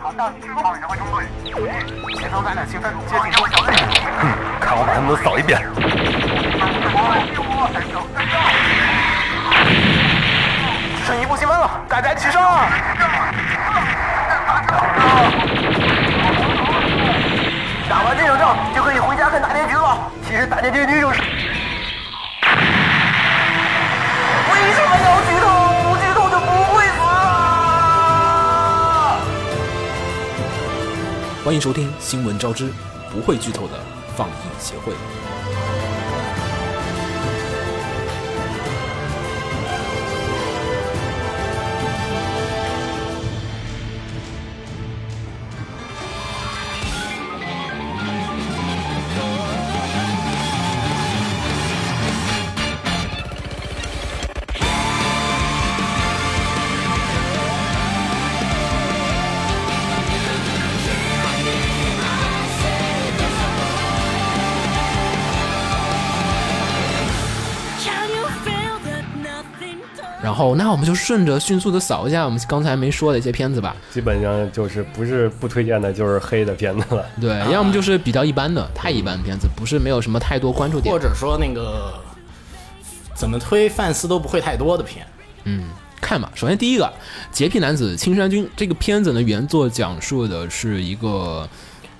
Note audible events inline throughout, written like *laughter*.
好，到你这个方位指挥中队，前头咱俩兴奋，接近多小队。看我把他们都扫一遍。剩一步积分了，大家齐上！打完这场仗就可以回家看大结局了。其实大结局就是……为什么要剧透？不剧透就不会死啊！欢迎收听《新闻招之》，不会剧透的放映协会。 Can you feel that nothing turns? 然后，那我们就顺着迅速的扫一下我们刚才没说的一些片子吧。基本上就是不是不推荐的，就是黑的片 *laughs* 子了。对，要么就是比较一般的，太一般的片子，不是没有什么太多关注点或。者说那个怎么推范思都不会太多的片，看吧。首先第一个《洁癖男子青山君》这个片子呢，原作讲述的是一个，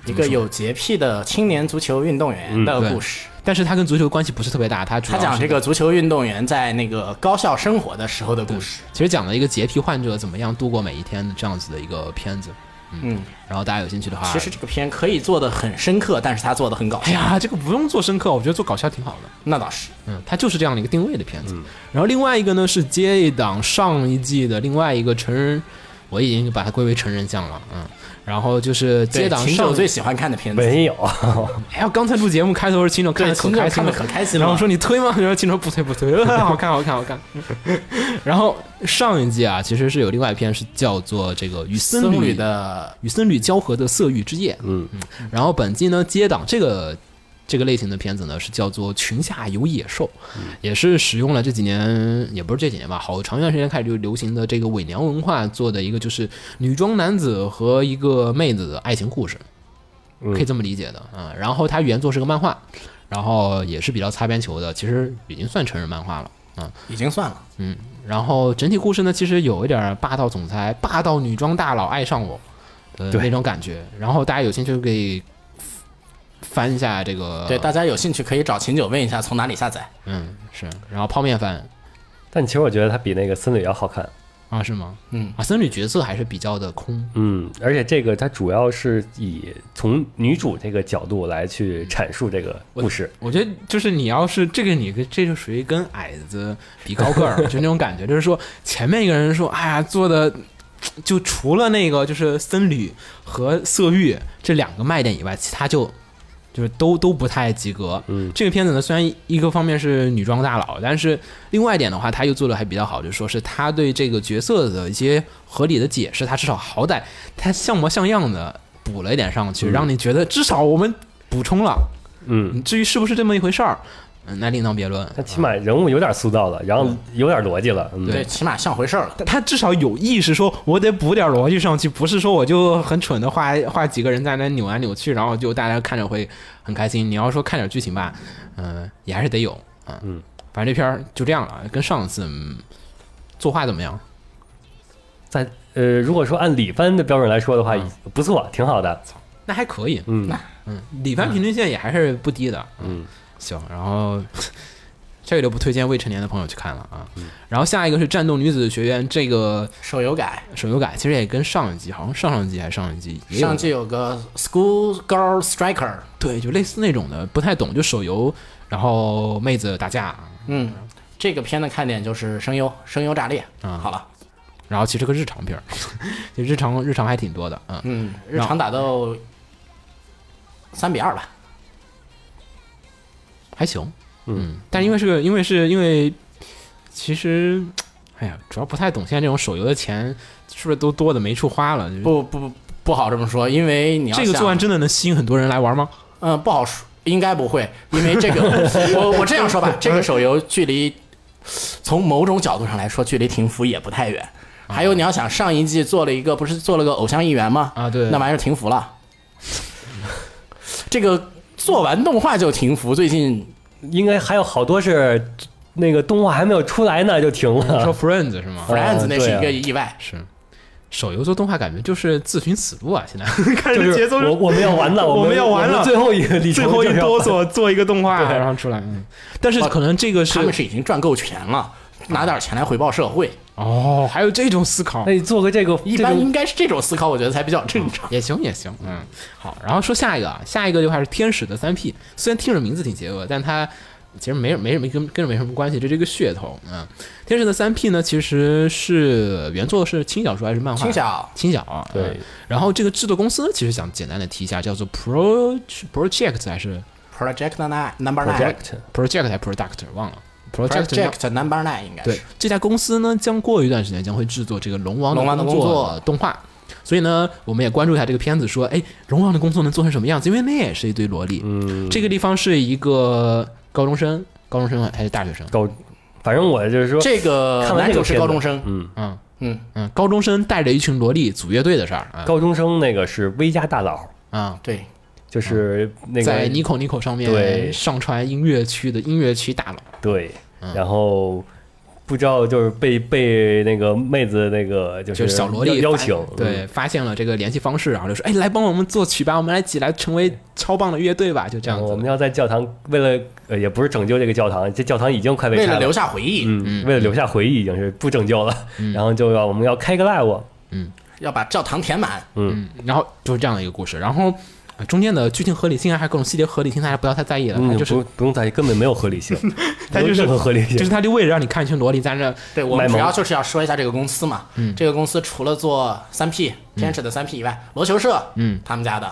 一个有洁癖的青年足球运动嗯员的故事。但是他跟足球关系不是特别大，他主他要讲是这个足球运动员在那个高校生活的时候的故事。其实讲了一个洁癖患者怎么样度过每一天的这样子的一个片子。嗯，然后大家有兴趣的话，其实这个片可以做的很深刻，但是他做的很搞啊哎笑。呀，这个不用做深刻，我觉得做搞笑挺好的。那倒是，嗯，它就是这样的一个定位的片子。然后另外一个呢是接一档上一季的另外一个成人，我已经把它归为成人向了。嗯，然后就是接对，档秦上九最喜欢看的片子。没有，哎呀，刚才录节目开头时，秦总看的可秦开总心看的了，可开心了。然后说你推吗？然后秦总不推不推，呃好看好看好看。 *laughs* 然后上一季啊，其实是有另外一篇是叫做这个与僧僧侣侣的与僧侣交合的色欲之夜。嗯然后本季呢接档这个这个类型的片子呢是叫做《群下有野兽》，也是使用了这几年也不是这几年吧，好长一段时间开始就流行的这个伪娘文化做的一个就是女装男子和一个妹子的爱情故事，嗯可以这么理解的啊、嗯然后它原作是个漫画，然后也是比较擦边球的，其实已经算成人漫画了。已经算了，然后整体故事呢，其实有一点儿霸道总裁、霸道女装大佬爱上我的对那种感觉。然后大家有兴趣可以翻一下这个，对大家有兴趣可以找秦九问一下从哪里下载。嗯是。然后泡面番但其实我觉得它比那个僧侣要好看。啊，是吗？嗯啊，僧侣角色还是比较的空，嗯，而且这个它主要是以从女主这个角度来去阐述这个故事。我觉得就是你要是这个你跟这就属于跟矮子比高个儿，就那种感觉，就是说前面一个人说，哎呀做的。就除了那个就是僧侣和色欲这两个卖点以外，其他就就是都都不太及格。嗯这个片子呢，虽然一个方面是女装大佬，但是另外一点的话，他又做的还比较好，就是说是他对这个角色的一些合理的解释，他至少好歹他像模像样的补了一点上去，让你觉得至少我们补充了。嗯，至于是不是这么一回事儿，嗯，那另当别论。它起码人物有点塑造了，然后有点逻辑了。嗯，对，起码像回事儿了。他他至少有意识，说我得补点逻辑上去，不是说我就很蠢的画画几个人在那扭来扭去，然后就大家看着会很开心。你要说看点剧情吧，嗯、也还是得有啊。嗯，反正这片儿就这样了，跟上次、嗯、作画怎么样？在呃，如果说按李帆的标准来说的话，嗯不错，挺好的。那还可以，嗯，李帆平均线也还是不低的。嗯，行，然后这个就不推荐未成年的朋友去看了啊。嗯然后下一个是《战斗女子学院》，这个手游改，手游改其实也跟上一季，好像上上季还是上一季也有上季有个 School Girl Striker，对，就类似那种的，不太懂，就手游，然后妹子打架，嗯，这个片的看点就是声优，声优炸裂。啊嗯，好了，然后其实个日常片儿， *laughs* 就日常日常还挺多的，嗯，嗯，日然后常打斗三比二吧。还行，嗯，但因为是个，因为是因为其实，哎呀，主要不太懂现在这种手游的钱是不是都多的没处花了？就是不不不，不好这么说，因为你要这个做想完真的能吸引很多人来玩吗？嗯，不好说，应该不会，因为这个，我我这样说吧，这个手游距离从某种角度上来说，距离停服也不太远。还有你要想上一季做了一个，不是做了个偶像议员吗？啊对那玩意儿停服了。这个做完动画就停服，最近应该还有好多是那个动画还没有出来呢就停你说了。 Friends 是吗？ Friends 那是一对啊个意外，是。手游做动画感觉就是自寻死路啊！现在 *laughs* 看就着节是奏我我们要完 *laughs* 了，我们们要完了我们最后一个里 *laughs* 程最后一就是要哆嗦做一个动画，对然后出来。嗯但是可能这个是他们是已经赚够钱了，拿点钱来回报社会，哦，还有这种思考那你做个这个一这般个应该是这种思考，我觉得才比较正常。也行也行，嗯，好。然后说下一个啊，下一个就还是天使的三 P，虽然听着名字挺邪恶，但它其实没没没跟跟着没什么关系，这是一个噱头。嗯，天使的三 P 呢，其实是原作是轻小说还是漫画？轻小轻小啊。嗯对。然后这个制作公司呢，其实想简单的提一下，叫做 Pro Project 还是 Project Nine Number Nine project Project 还是 Product 忘了。Project Project Number Nine 应该对是，这家公司呢，将过一段时间将会制作这个《龙王龙王的工工作作》动画。所以呢，我们也关注一下这个片子，说，哎，龙王的工作能做成什么样子？因为那也是一堆萝莉。嗯，这个地方是一个高中生，高中生还是大学生？高，反正我就是说，这个看完男这个主是片高子中生，嗯，嗯嗯，嗯，高中生带着一群萝莉组乐队的事儿啊高中生那个是微加大佬，啊，对，就是那个嗯在 Nico Nico 上面对上传音乐区的音乐区大佬。对，嗯然后不知道就是被被那个妹子那个就是就是小萝莉邀邀发请，嗯对，发现了这个联系方式，然后就说，哎，来帮我们作曲吧，我们来一起来成为超棒的乐队吧，就这嗯，样子。我们要在教堂为了呃也不是拯救这个教堂，这教堂已经快被为拆了了留下回忆，嗯，为了留下回忆已经是不拯救了，嗯 *laughs* 然后就要我们要开个 live，要把教堂填满。嗯，然后就是这样的一个故事，然后呃中间的剧情合理性啊，还有各种细节合理性，大家不要太在意了，它嗯，哎就是不不用在意，根本没有合 *laughs* 理性，它没有就是任何合理性，就是他就为了让你看一群萝莉在那，对我们卖主萌嗯要就是要说一下这个公司嘛，这个公司除了做三 P 天使的三 P 以外，罗球社，嗯，他们家的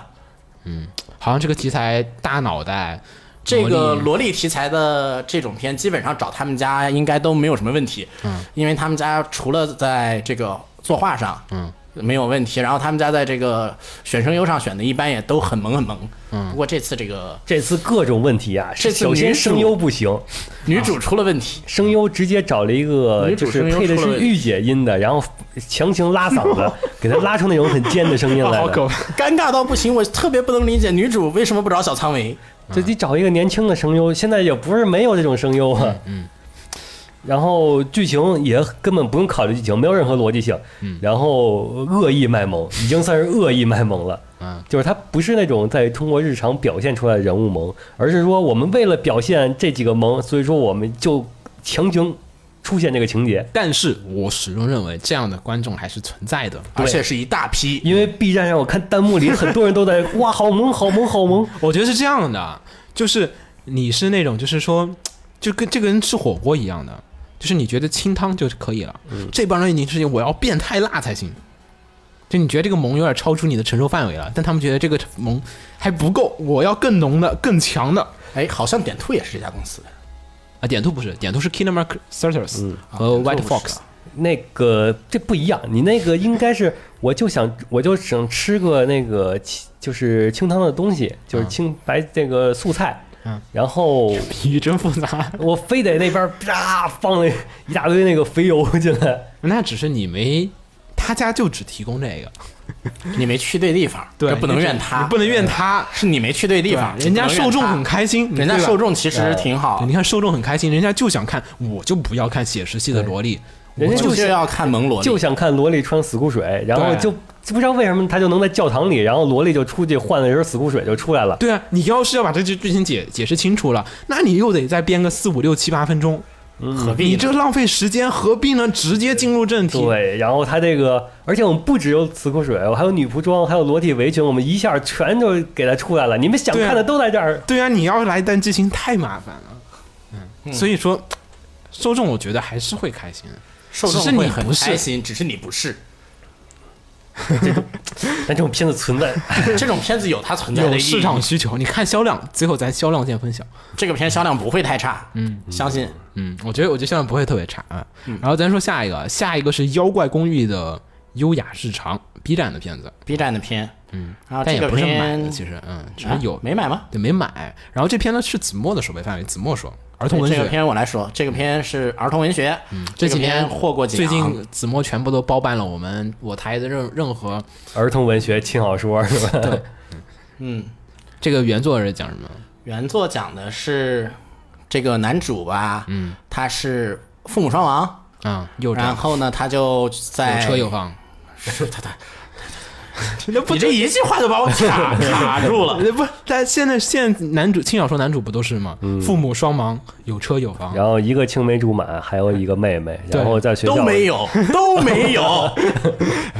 好像这个题材大脑袋，这个萝莉萝莉题材的这种片，基本上找他们家应该都没有什么问题，嗯，因为他们家除了在这个作画上，嗯。没有问题，然后他们家在这个选声优上选的，一般也都很萌很萌。嗯，不过这次这个这次各种问题啊，这次首先女主声优不行，女主出了问题，声优直接找了一个女主就是声优配的出了是御姐音的，然后强行拉嗓 *laughs* 子，给她拉出那种很尖的声音来好的。可怕，尴尬到不行。我特别不能理解女主为什么不找小苍维。就得找一个年轻的声优，现在也不是没有这种声优啊。嗯。 *laughs* 然后剧情也根本不用考虑剧情，没有任何逻辑性。嗯。然后恶意卖萌，已经算是恶意卖萌了。嗯，就是他不是那种在通过日常表现出来的人物萌，而是说我们为了表现这几个萌，所以说我们就强行出现这个情节。但是我始终认为这样的观众还是存在的。而且是一大批。因为 B 站上我看弹幕里很多人都在 *laughs* 哇好萌好萌好萌，我觉得是这样的，就是你是那种，就是说，就跟这个人吃火锅一样的，就是你觉得清汤就可以了。嗯这帮人已经是我要变态辣才行。就你觉得这个萌有点超出你的承受范围了，但他们觉得这个萌还不够，我要更浓的、更强的。哎，好像点兔也是这家公司的。啊，点兔不是，点兔是 Kinemark c e r t e r s 和啊点 White 兔不是 Fox 啊。那个这不一样，你那个应该是，我就想 *laughs* 我就想吃个那个清就是清汤的东西，就是清白这个素菜，嗯然后比喻真复杂，我非得那边啪放了一大堆那个肥油进 *laughs* 来，那只是你没，他家就只提供这个，你没去对地方，对，这不能你怨只他，你不能怨他，是你没去对地对方，人家你不能受怨众他很，开心，人家对吧受众其实挺好啊对，你，看受众很开心，人家就想看，我就不要看写实系的萝莉，人家就就是要看萌萝莉，就想看萝莉穿死裤水，然后对就就不知道为什么他就能在教堂里，然后萝莉就出去换了一身死裤水就出来了，对啊，你要是要把这剧剧情解解释清楚了，那你又得再编个四五六七八分钟，何必呢？你这浪费时间，何必呢？直接进入正题。对，然后他这个，而且我们不只有死裤水，我还有女仆装，还有裸体围裙，我们一下全就给它出来了。你们想对啊看的都在这儿，对啊，你要来一段剧情太麻烦了，嗯，所以说受众我觉得还是会开心的。受只是众你会很不是开心，只是你不是。 *laughs* 但这种片子存在，这种片子有它存在的有意义市场，需求，你看销量，最后咱销量见分晓。这个片销量不会太差，嗯，相信。嗯，我觉得我觉得销量不会特别差啊。嗯然后咱说下一个，下一个是《妖怪公寓》的《优雅日常》，B 站的片子， B 站的片，嗯，然后但这也个不是买片的，其实嗯，只啊是有没买吗？对没买。然后这片呢是子墨的守备范围，子墨说儿童文这学嗯个。片我来说，这个片是儿童文学，这个几片年获过奖。最啊近子墨全部都包办了我们我台的任任何儿童文学轻小说是吧？对，嗯，这个原作是讲什么？原作讲的是这个男主吧，嗯，他是父母双亡，啊，有然车后哎呢，他就在有车有房，你这一句话就把我 *laughs* 卡卡住了。不，但现在现在男主轻小说男主不都是吗？父母双亡，有车有房， *laughs* 嗯然后一个青梅竹马，还有一个妹妹，对然后在学校都没有，都没有！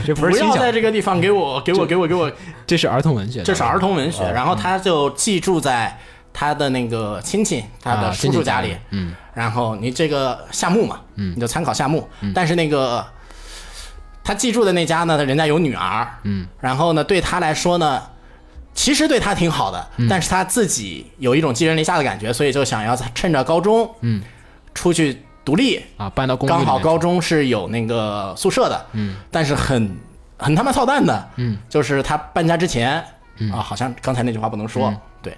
这不不是轻要小在，这个地方给我，给我，给我，给我，这是儿童文学，这是儿童文学。然后他就寄住在他的那个亲戚，他啊的叔亲叔戚家家里里。嗯，然后你这个夏目嘛，嗯，你就参考夏目。但是那个他寄住的那家呢，人家有女儿，嗯，然后呢，对他来说呢，其实对他挺好的，但是他自己有一种寄人篱下的感觉，所以就想要趁着高中，嗯，出去独立。啊，搬到公寓里刚面好高中是有那个宿舍的，嗯，但是很很他妈操蛋的，嗯，就是他搬家之前，嗯啊，好像刚才那句话不能说，对，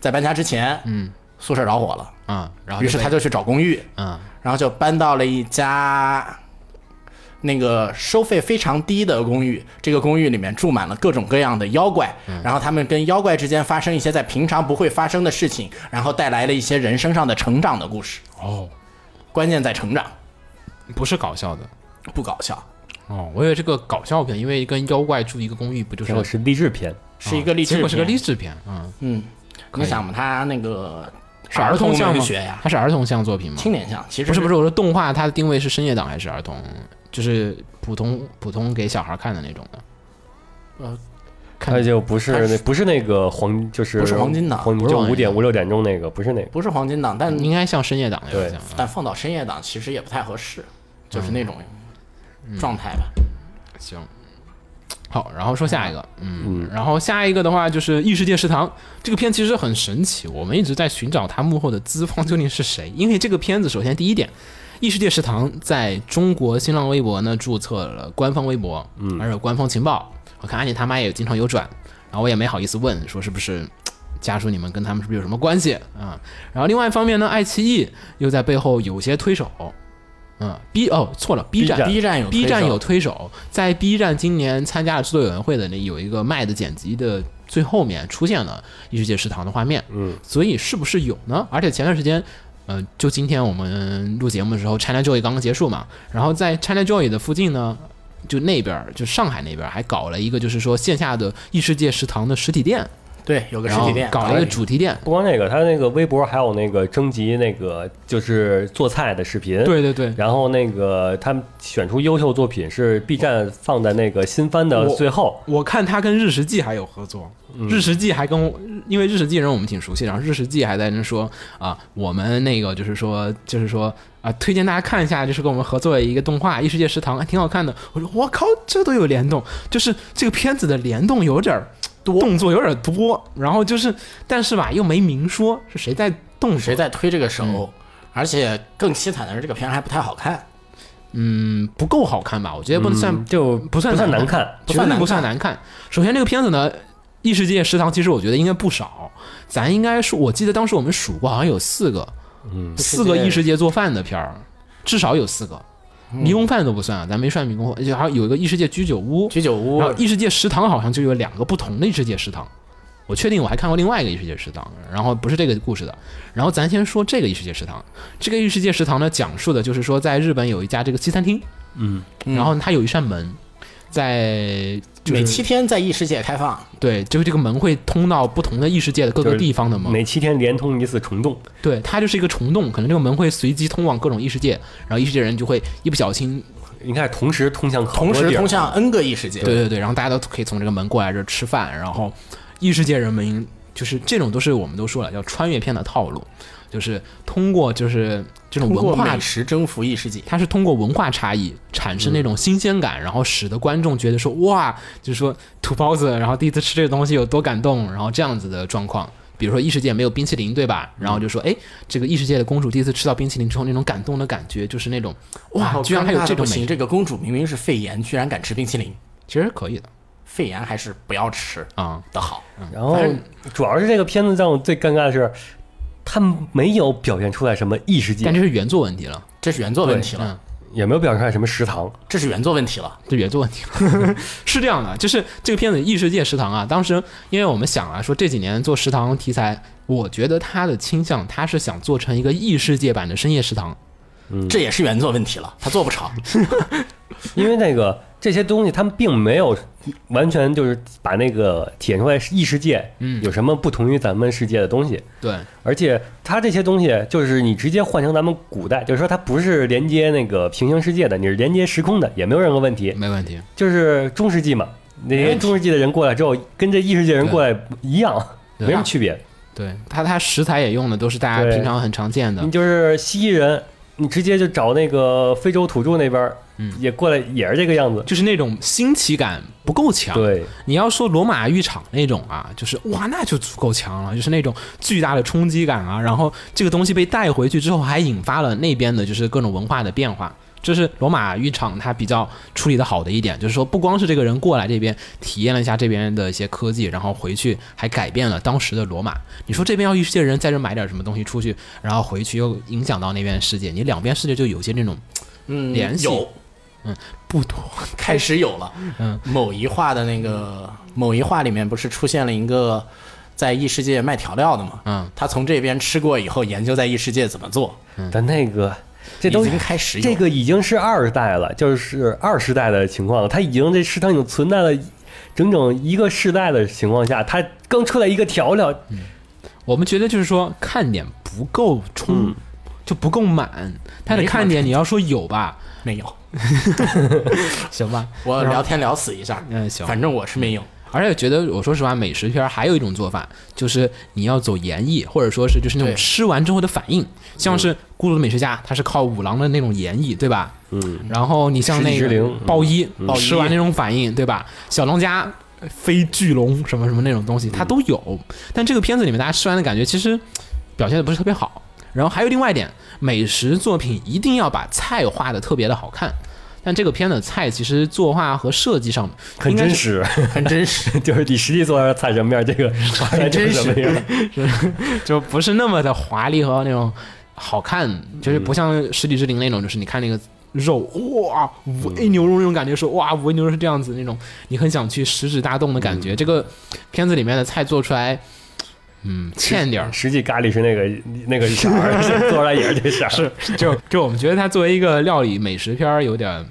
在搬家之前，嗯，宿舍着火了，啊，然后于是他就就去找公寓，被啊然后就搬到了一家那个收费非常低的公寓。这个公寓里面住满了各种各样的妖怪，嗯然后他们跟妖怪之间发生一些在平常不会发生的事情，然后带来了一些人生上的成长的故事。哦，关键在成长，不是搞笑的不搞笑，哦，我以为这个搞笑片，因为跟妖怪住一个公寓不就结果是是励志片，是一个励志结片。果是个励志片啊，嗯，可以你想嘛，他那个是儿童向文吗学呀，它是儿童向作品吗？青年向，其实不是不是，我说动画它的定位是深夜档还是儿童？就是普通普通给小孩看的那种的，看它就不是它是那不是那个黄，就是不是黄金档黄不是就黄金五点档五六点钟那个，不是那个。不是黄金档，但应该像深夜档的有对点像。嗯但放到深夜档其实也不太合适，就是那种嗯状态吧。行，好，然后说下一个，嗯，然后下一个的话就是《异世界食堂》这个片其实很神奇，我们一直在寻找它幕后的资方究竟是谁，因为这个片子首先第一点。异世界食堂在中国新浪微博呢注册了官方微博，嗯，而有官方情报。我看安妮他妈也经常有转，然后我也没好意思问，说是不是家属你们跟他们是不是有什么关系啊？然后另外一方面呢，爱奇艺又在背后有些推手，嗯，B 哦错了，B 站 B 站有 B 站推手有推手，在 B 站今年参加了制作委员会的那有一个麦的剪辑的最后面出现了异世界食堂的画面，嗯，所以是不是有呢？而且前段时间。呃，就今天我们录节目的时候，ChinaJoy 刚刚结束嘛，然后在 ChinaJoy 的附近呢，就那边儿就上海那边儿还搞了一个，就是说线下的异世界食堂的实体店，对，有个哎实然后体店，搞了一个主题店，不光那个，他那个微博还有那个征集那个就是做菜的视频，对对对，然后那个他们选出优秀作品是 B 站放在那个新番的我最后，我看他跟日食记还有合作，日食记还跟我，因为日食记人我们挺熟悉，然后日食记还在那说啊，我们那个就是说就是说啊，推荐大家看一下，就是跟我们合作的一个动画《异世界食堂》，还哎挺好看的。我说我靠，这都有联动，就是这个片子的联动有点儿多，动作有点儿多，然后就是但是吧又没明说是谁在动作谁在推这个手，而且更凄惨的是，这个片儿还不太好看。嗯不够好看吧？我觉得不能算、就嗯不算不算难难看看，不绝算对难不算难看。首先，这个片子呢，《异世界食堂》其实我觉得应该不少，咱应该说，我记得当时我们数过，好像有四个，嗯，四个异世界做饭的片儿，至少有四个。迷宫饭都不算啊，咱没算迷宫饭，而且还有一个异世界居酒屋，居酒屋然后异世界食堂好像就有两个不同的异世界食堂。我确定我还看过另外一个异世界食堂，然后不是这个故事的。然后咱先说这个异世界食堂，这个异世界食堂呢，讲述的就是说在日本有一家这个西餐厅，嗯，然后它有一扇门，在就是每七天在异世界开放，对，就是这个门会通到不同的异世界的各个地方的门，每七天连通一次虫洞，对，它就是一个虫洞，可能这个门会随机通往各种异世界，然后异世界人就会一不小心应该是同时通向好多同时地儿通向 N 个异世界。对对对，然后大家都可以从这个门过来这儿吃饭，然后异世界人们就是这种都是我们都说了叫穿越片的套路，就是通过就是这种通过文化 *laughs* 美，食征服异世界，它是通过文化差异产生那种新鲜感，然后使得观众觉得说哇，就是说土包子，然后第一次吃这个东西有多感动，然后这样子的状况。比如说异世界没有冰淇淋，对吧？然后就说，哎，这个异世界的公主第一次吃到冰淇淋之后，那种感动的感觉，就是那种，哇，居然还有这种美行，食，这个公主明明是肺炎，居然敢吃冰淇淋，其实可以的肺炎还是不要吃啊、的好。然后主要是这个片子让我最尴尬的是，他没有表现出来什么异世界但，这是原作问题了，这是原作问题嗯了，，也没有表现出来什么食堂。这是原作问题了。这原作问题了。 *laughs* 是这样的，就是这个片子《异世界食堂》啊，当时因为我们想啊，说这几年做食堂题材，我觉得他的倾向，他是想做成一个异世界版的深夜食堂。这也是原作问题了，他做不成。因为那个这些东西，他们并没有完全就是把那个体现出来异世界，嗯有什么不同于咱们世界的东西。对，而且它这些东西，就是你直接换成咱们古代，就是说它不是连接那个平行世界的，你是连接时空的，也没有任何问题。没问题。就是中世纪嘛，那没些哎问题中世纪的人过来之后，跟这异世界人过来一样，对没什么区别。对他，他食材也用的都是大家对平常很常见的你，就是蜥蜴人，你直接就找那个非洲土著那边儿，也过来也是这个样子。就是那种新奇感不够强。对，你要说罗马浴场那种啊，就是哇，那就足够强了，就是那种巨大的冲击感啊。然后这个东西被带回去之后，还引发了那边的就是各种文化的变化。这是罗马浴场它比较处理的好的一点，就是说不光是这个人过来这边体验了一下这边的一些科技，然后回去还改变了当时的罗马。你说这边要异世界人在这买点什么东西出去，然后回去又影响到那边世界，你两边世界就有些那种嗯，联系有不妥。开始有了。嗯，某一话的那个某一话里面不是出现了一个在异世界卖调料的吗？嗯，他从这边吃过以后，研究在异世界怎么做。但那个这都已经开始有这个已经是二代了，就是二世代的情况了。它已经这食堂已经存在了整整一个世代的情况下，它刚出来一个调料，我们觉得就是说看点不够充，就不够满。它的没什么嗯看点你要说有吧，没有，行吧，我聊天聊死一下。嗯行反正我是没有。而且觉得我说实话，美食片儿还有一种做法，就是你要走演绎，或者说是就是那种对吃完之后的反应，像是《孤独的美食家》，它是靠五郎的那种演绎，对吧？嗯，然后你像那食戟之个灵嗯鲍一鲍，一吃完那种反应，对吧？小龙虾、呃飞巨龙什么什么那种嗯东西，它都有。但这个片子里面，大家吃完的感觉其实表现的不是特别好。然后还有另外一点，美食作品一定要把菜画的特别的好看。但这个片的菜其实作画和设计上很应该真是实，很 *laughs* 真实， *laughs* 就是你实际做出来的菜什么样，这个画出来就是什么样。就不是那么的华丽和那种好看，就是不像《十里之灵》那种，就是你看那个肉，哇，五 A 牛肉那种感觉是，哇，五 A 牛肉是这样子那种，你很想去食指大动的感嗯觉。这个片子里面的菜做出来，嗯，欠点儿。 *laughs* 实际咖喱是那个那个色儿，做出来也是这色儿。是， *laughs* 就就我们觉得它作为一个料理美食片儿，有点儿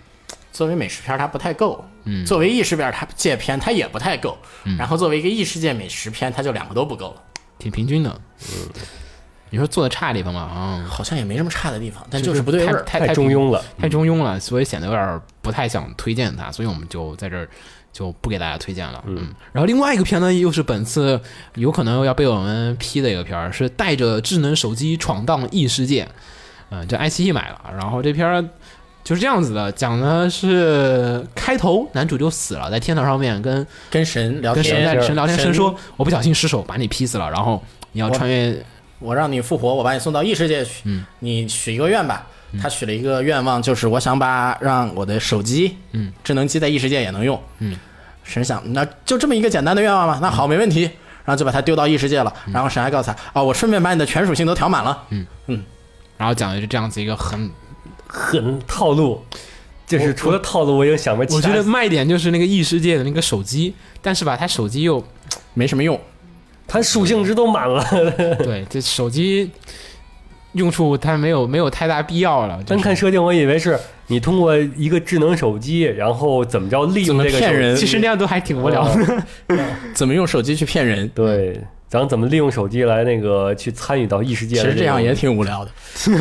作为美食片儿它不太够，嗯作为异世界片儿它界片它也不太够，然后作为一个异世界美食片，它就两个都不够了，挺平均的。你说做的差的地方吧，啊，好像也没什么差的地方，但就是不对味儿。太太太中庸了，太中庸了，所以显得有点儿不太想推荐它，所以我们就在这儿就不给大家推荐了。嗯，然后另外一个片呢，又是本次有可能要被我们批的一个片儿，是带着智能手机闯荡异世界。嗯，这爱奇艺买了，然后这片儿就是这样子的，讲的是开头男主就死了，在天堂上面跟跟神聊跟神天，在神聊天，神神说我不小心失手把你劈死了，然后你要我穿越我让你复活，我把你送到异世界去，你许一个愿吧。他许了一个愿望，就是我想把让我的手机，嗯，智能机在异世界也能用，嗯。神想，那就这么一个简单的愿望吧，那好，没问题。然后就把它丢到异世界了。然后神还告诉他，哦，我顺便把你的全属性都调满了。然后讲的是这样子一个很很套路。就是除了套路，我已经想不起我来。觉得卖点就是那个异世界的那个手机，但是吧，它手机又没什么用，它属性值都满了， *laughs* 对这手机用处它没有没有太大必要了。就单是看设定，我以为是你通过一个智能手机，然后怎么着利用怎么这个骗手人嗯其实那样都还挺无聊哦的。怎么用手机去骗人？ *laughs* 对，咱们怎么利用手机来那个去参与到异世界其的种？实这样也 *laughs* 挺无聊的。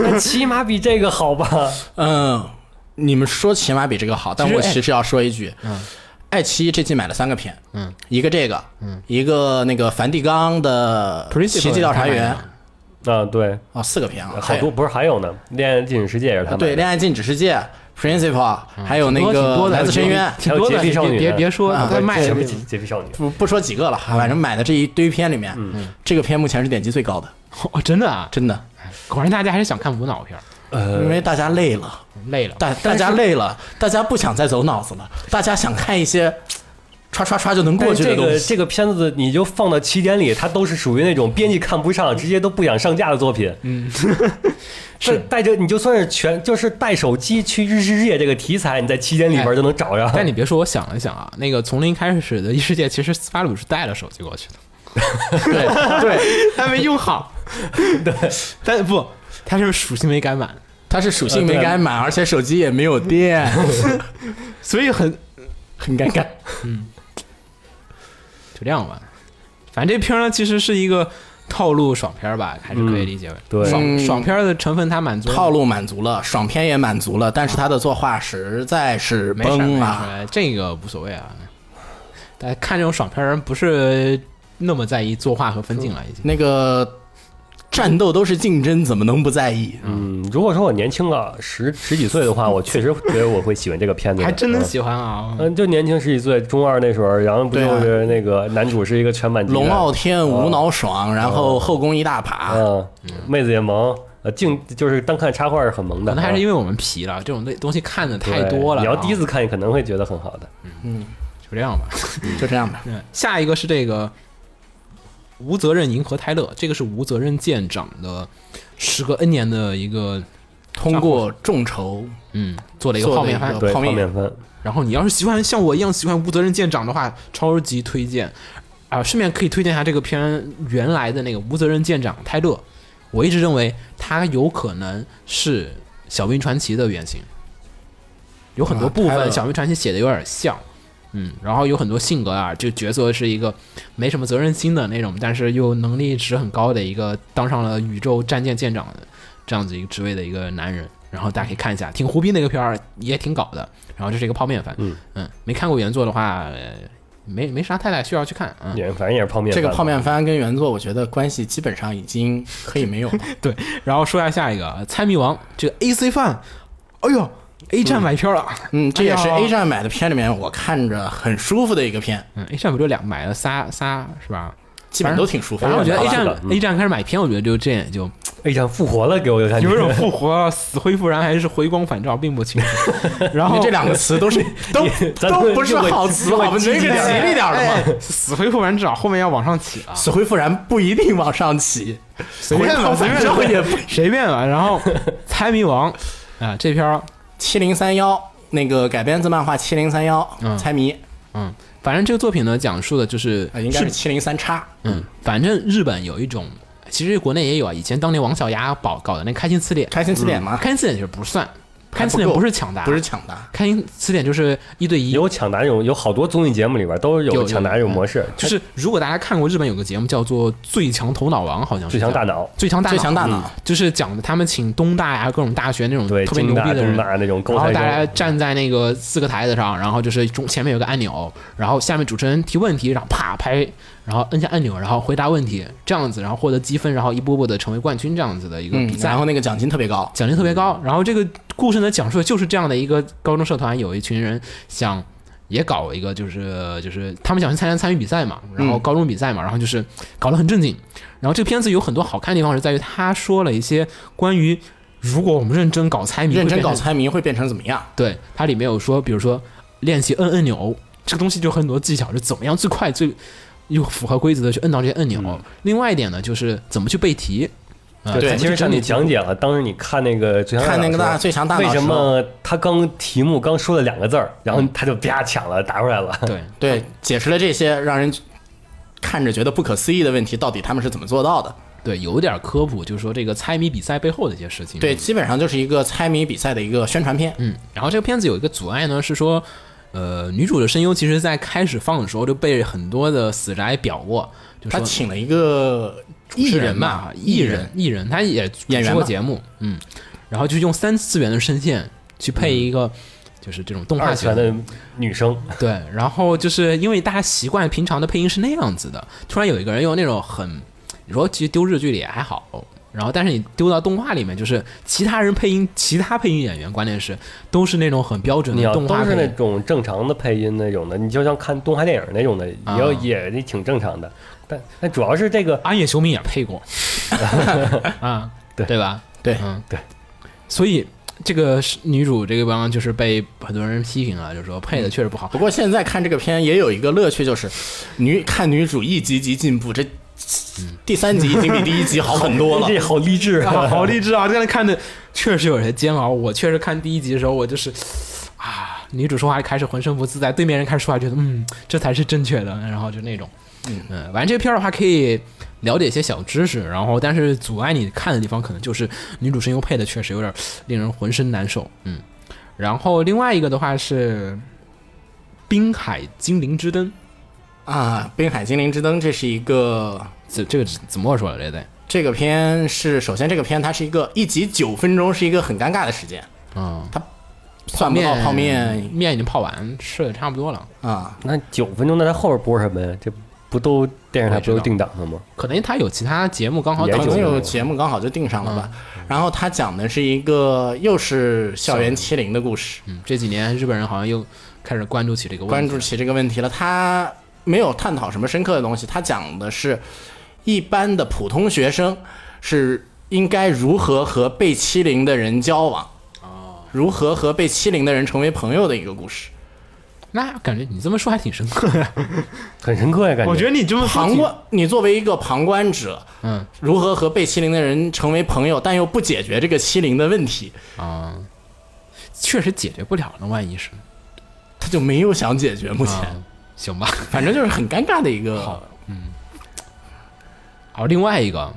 但起码比这个好 *laughs* 吧？嗯，你们说起码比这个好，但其实我哎其实要说一句，爱奇艺这季买了三个片，嗯，一个这个，嗯，一个那个梵蒂冈的 Principle 《奇迹调查也员是他买》啊，对，哦，四个片啊，好多不是还有呢，《恋爱禁止世界》也是他还有们啊对《恋爱禁止世界》，Principle，还有那挺嗯多挺个多《的来自深渊》。 *laughs* 挺多还有的，洁癖少女别别别说啊它卖什的么那洁洁癖少女，不不说几个了，嗯反正买的这一堆片里面，这个片目前是点击最高的，种哦，真的啊，真的，果然大家还是想看无脑片儿，呃因为大家累了， *laughs* 累了。大大家累了，大家不想再走脑子了，大家想看一些唰唰唰就能过但去这的东个西。这个片子你就放到起点里，它都是属于那种编辑看不上，直接都不想上架的作品。嗯，是带着你就 *laughs* 算是全就是带手机去日之夜这个题材，你在起点里边就能找着。哎但 *laughs* 你别说，我想了想啊，那个从零开始的异世界，其实斯巴鲁是带了手机过去的， *laughs* 对对，他没用好。对，但不，他就是属性没改满，它是属性没呃对改满，而且手机也没有电， *laughs* 所以很很尴尬。就这样吧。反正这片儿呢，其实是一个套路爽片儿吧，还是可以理解为、对爽嗯爽片儿的成分，它满足了套路满足了，爽片也满足了，但是它的作画实在是没事儿没崩事啊！儿，哎这个无所谓啊。但看这种爽片儿人不是那么在意作画和分镜了，已经。那个战斗都是竞争，怎么能不在意？嗯，如果说我年轻个十十几岁的话，我确实觉得我会喜欢这个片子，还真的嗯喜欢啊！嗯，就年轻十几岁，中二那时候，然后不对啊就是那个男主是一个全满级的龙傲天无脑嗯爽，然后后宫一大把，嗯，妹子也萌，呃，净就是单看插画是很萌的，可能还是因为为我们皮了，这种类东西看的太多了。啊你要第一次次看，你可能会觉得很好的。就这样吧。 *laughs* 就这样吧。嗯，下一个是这个无责任银河泰勒，这个是无责任舰长的，时隔 N 年的一个通过众筹，嗯，做了一个泡面番做了一个。对，泡泡面面番，然后你要是喜欢像我一样喜欢无责任舰长的话，超级推荐啊、顺便可以推荐一下这个片原来的那个无责任舰长泰勒，我一直认为他有可能是小兵传奇的原型，有很多啊部泰勒分小兵传奇写的有点像。嗯，然后有很多性格啊，就角色是一个没什么责任心的那种，但是又能力值很高的一个，当上了宇宙战舰舰长的这样子一个职位的一个男人。然后大家可以看一下，挺胡逼那个片儿，也挺搞的。然后这是一个泡面番，嗯没看过原作的话，呃没没啥太大需要去看。嗯，也反正也是泡面。这个泡，面番跟原作我觉得关系基本上已经可以 *laughs* 没有了。对。然后说一下下一个猜谜王，这个 AC 饭，哎呦，A 站买票了，嗯，这也是哎呀 A 站买的片里面我看着很舒服的一个片，嗯，A 站不就两买了仨仨是吧？基本都挺舒服反正我的。觉得 A 是的站嗯 A 站开始买片，我觉得就这也就哎呀，复活了，给我的感觉。 *laughs* 有一种复 *laughs* 活死灰复燃还是回光返照，并不清楚。 *laughs* 然因后为这两个词都 *laughs* 是都咱都不是好词，用个我们积这极个吉点儿利点儿的嘛。哎死灰复燃至少后面要往上起啊了，死灰复燃不一定往上起，随便吧，回头随反便正吧也不随便吧。然后猜谜王 *laughs* 啊、这片儿七零三幺那个改编自漫画七零三幺嗯猜谜嗯，反正这个作品呢，讲述的就是啊，应该是七零三叉。嗯，反正日本有一种，其实国内也有啊。以前当年王小牙搞搞的那开心词典，开心词典嘛，开心词典其实不算，开还心不词典够不是抢答，不是抢答，开心词典就是一对一。 *laughs* 有抢答这种，有好多综艺节目里边都有嗯有抢答这种模式，就是如果大家看过日本有个节目叫做《最强头脑王》，好像是最强叫大脑，最强大脑最强大脑嗯就是讲的他们请东大呀各种大学那种对，特别牛京逼大、的中人。大那种高然后材大家生，站在那个四个台子上，然后就是中前面有个按钮，然后下面主持人提问题，然后啪拍，然后摁下按钮，然后回答问题，这样子，然后获得积分，然后一波波的成为冠军这样子的一个嗯比，赛。然后那个奖金特别高，奖金特别高。然后这个故事呢，讲述的就是这样的一个高中社团，有一群人想也搞一个，就是就是他们想去参加参与比赛嘛，然后高中比嗯赛嘛，然后就是搞得很正经。然后这个片子有很多好看的地方是在于他说了一些关于如果我们认真搞猜谜，认会真变搞成猜谜会变成怎么样？对，它里面有说，比如说练习摁按钮，这个东西就很多技巧，就怎么样最快最又符合规则的去摁到这些按钮。另外一点呢，就是怎么去背题。啊嗯对，对他其怎实向么去整理你题目讲解了，当时你看那个最强看那个大脑大的时最强大候脑为时什候么他刚题目刚说了两个字儿，然后他就啪抢了，答出来了。嗯对，对解释了这些让人看着觉得不可思议的问题，到底他们是怎么做到的？对，有点科普，就是说这个猜谜比赛背后的一些事情。对，，基本上就是一个猜谜比赛的一个宣传片。嗯，然后这个片子有一个阻碍呢，是说，呃，女主的声优其实在开始放的时候就被很多的死宅表过，就他说请了一个主艺持人人嘛嘛，，艺人，艺人，他也演员出过嘛节目，嗯，然后就用三次元的声线去配一个。就是这种动画二角泉色的女生，对，然后就是因为大家习惯平常的配音是那样子的，突然有一个人用那种很，你说其实丢日剧里也还好，然后但是你丢到动画里面，就是其他人配音，其他配音演员关键是都是那种很标准你的要动画都配是那音，种正常的配音那种的，你就像看动画电影那种的，也要啊也也挺正常的。但但主要是这个安野秀明也配过，啊，对对吧？对嗯对，所以这个是女主这个帮就是被很多人批评了，就说配的确实不好。不过现在看这个片也有一个乐趣，就是女看女主一集集进步，这第三集已经比第一集好很多 *laughs* 了。这好励志啊，*laughs* 啊！好励志啊！刚才看的确实有些煎熬。我确实看第一集的时候，我就是啊，女主说话开始浑身不自在，对面人开始说话，觉得嗯，这才是正确的，然后就那种，嗯，玩这片儿的话可以了解一些小知识，然后但是阻碍你看的地方可能就是女主声优配的确实有点儿令人浑身难受，嗯。然后另外一个的话是《滨海精灵之灯》，啊，《滨海精灵之灯》这是一个这这个怎么说了？这得，这个片是首先这个片它是一个一集九分钟，是一个很尴尬的时间，嗯，算不到泡面面已经泡完，吃的差不多了。啊。那九分钟，那他后边播什么呀？这不都电视台不都定档了吗？可能他有其他节目刚好也导可九能分有钟节目刚好就定上了吧。然后它讲的是一个又是校园欺凌的故事，嗯，这几年日本人好像又开始关注起这个问关题，注起这个问题了。他没有探讨什么深刻的东西，他讲的是一般的普通学生是应该如何和被欺凌的人交往，哦如何和被欺凌的人成为朋友的一个故事。那感觉你这么说还挺深刻的。很深刻呀，感觉。得你这么旁观，你作为一个旁观者，嗯如何和被欺凌的人成为朋友，但又不解决这个欺凌的问题，啊、确实解决不了呢，万一是他就没有想解决。目前，哦啊行吧。反正就是很尴尬的一个啊好，另外一个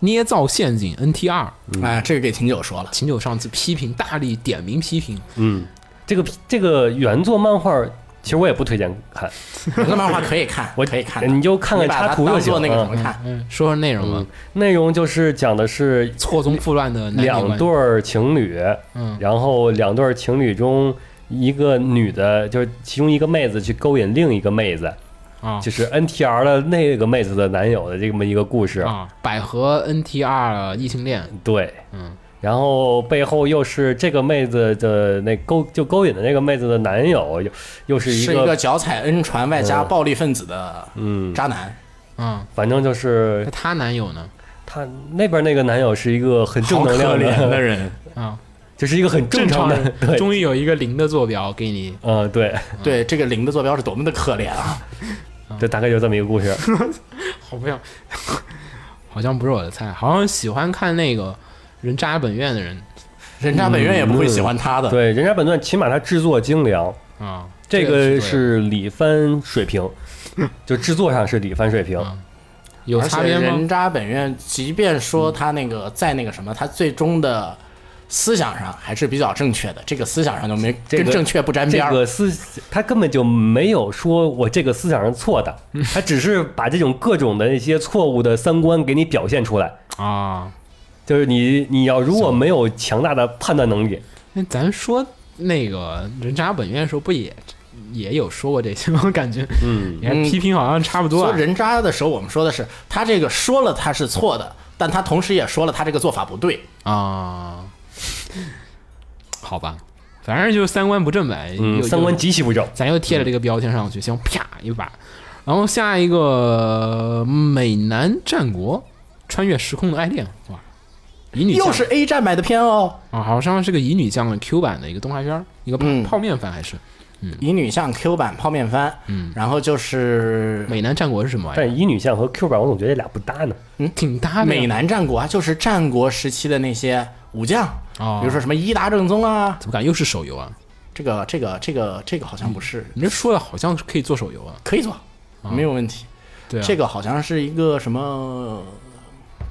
捏造陷阱 NTR，啊，嗯这个给秦 *laughs* 九说了。秦九上次批评大力点名批评，嗯，这个这个原作漫画，其实我也不推荐看，有的漫画可以看，我可以看的，你就看你看把插它图就当行做了。那个什么看。嗯，说说内容吧。嗯，内容就是讲的是错综复乱的男女两关对系，儿情侣，嗯然后两对儿情侣中一个女的，就是其中一个妹子去勾引另一个妹子，啊就是 NTR 的那个妹子的男友的这么一个故事。啊，百合 NTR 异性恋，对，嗯，然后背后又是这个妹子的那勾就勾引的那个妹子的男友，又又是一是个一个脚踩恩船外加暴力分子的嗯，渣男，啊，反正就是那她男友呢？她那边那个男友是一个很嗯正好能可量怜的的，人。啊，就是一个很正常常的人对，终于有一个零的坐标给你嗯对， *laughs* 对，这个零的坐标是多么的可怜啊！这大概就这么一个故事。好不像， *laughs* 好像不是我的菜。好像喜欢看那个《人渣本愿》的人人渣本院也不会喜欢他的。对，人家本段起码它制作精良，啊，对这个的是李帆水平，就制作上是李帆水平。有而擦且边人吗？渣本院，即便说嗯他那个在那个什么，他最终的思想上还是比较正确的，这个思想上就没这个跟正确不沾这边儿。个思，他根本就没有说我这个思想是错 *laughs* 的，他只是把这种各种的那些错误的三观给你表现出来。啊，就是你，你要如果没有强大的判断能力，那咱说那个《人渣本愿》的时候，不也也有说过这些吗？我感觉嗯，你看批评好像差不多、说啊。人渣的时候，我们说的是他这个说了他是错的，但他同时也说了他这个做法不对。啊，好吧，反正就是三观不正呗。嗯，有三观极其不正。咱又贴了这个标签上去，先啪一把。然后下一个嗯美男战国穿越时空的爱恋，哇，乙女又酱是 A 站买的片哦，啊，好像是个乙女酱的 Q 版的一个动画片儿，一个泡嗯泡面番还是嗯乙女向 Q 版泡面番，嗯，然后就是美男战国是什么玩意但乙女向和 Q 版，我总觉得这俩不搭呢。儿？挺搭的美呀南战国啊，就是战国时期的那些武将，哦比如说什么伊达正宗啊，怎么感觉又是手游啊？这个这个这个这个好像不是，你这说的好像是可以做手游啊？可以做，没有问题。对啊，这个好像是一个什么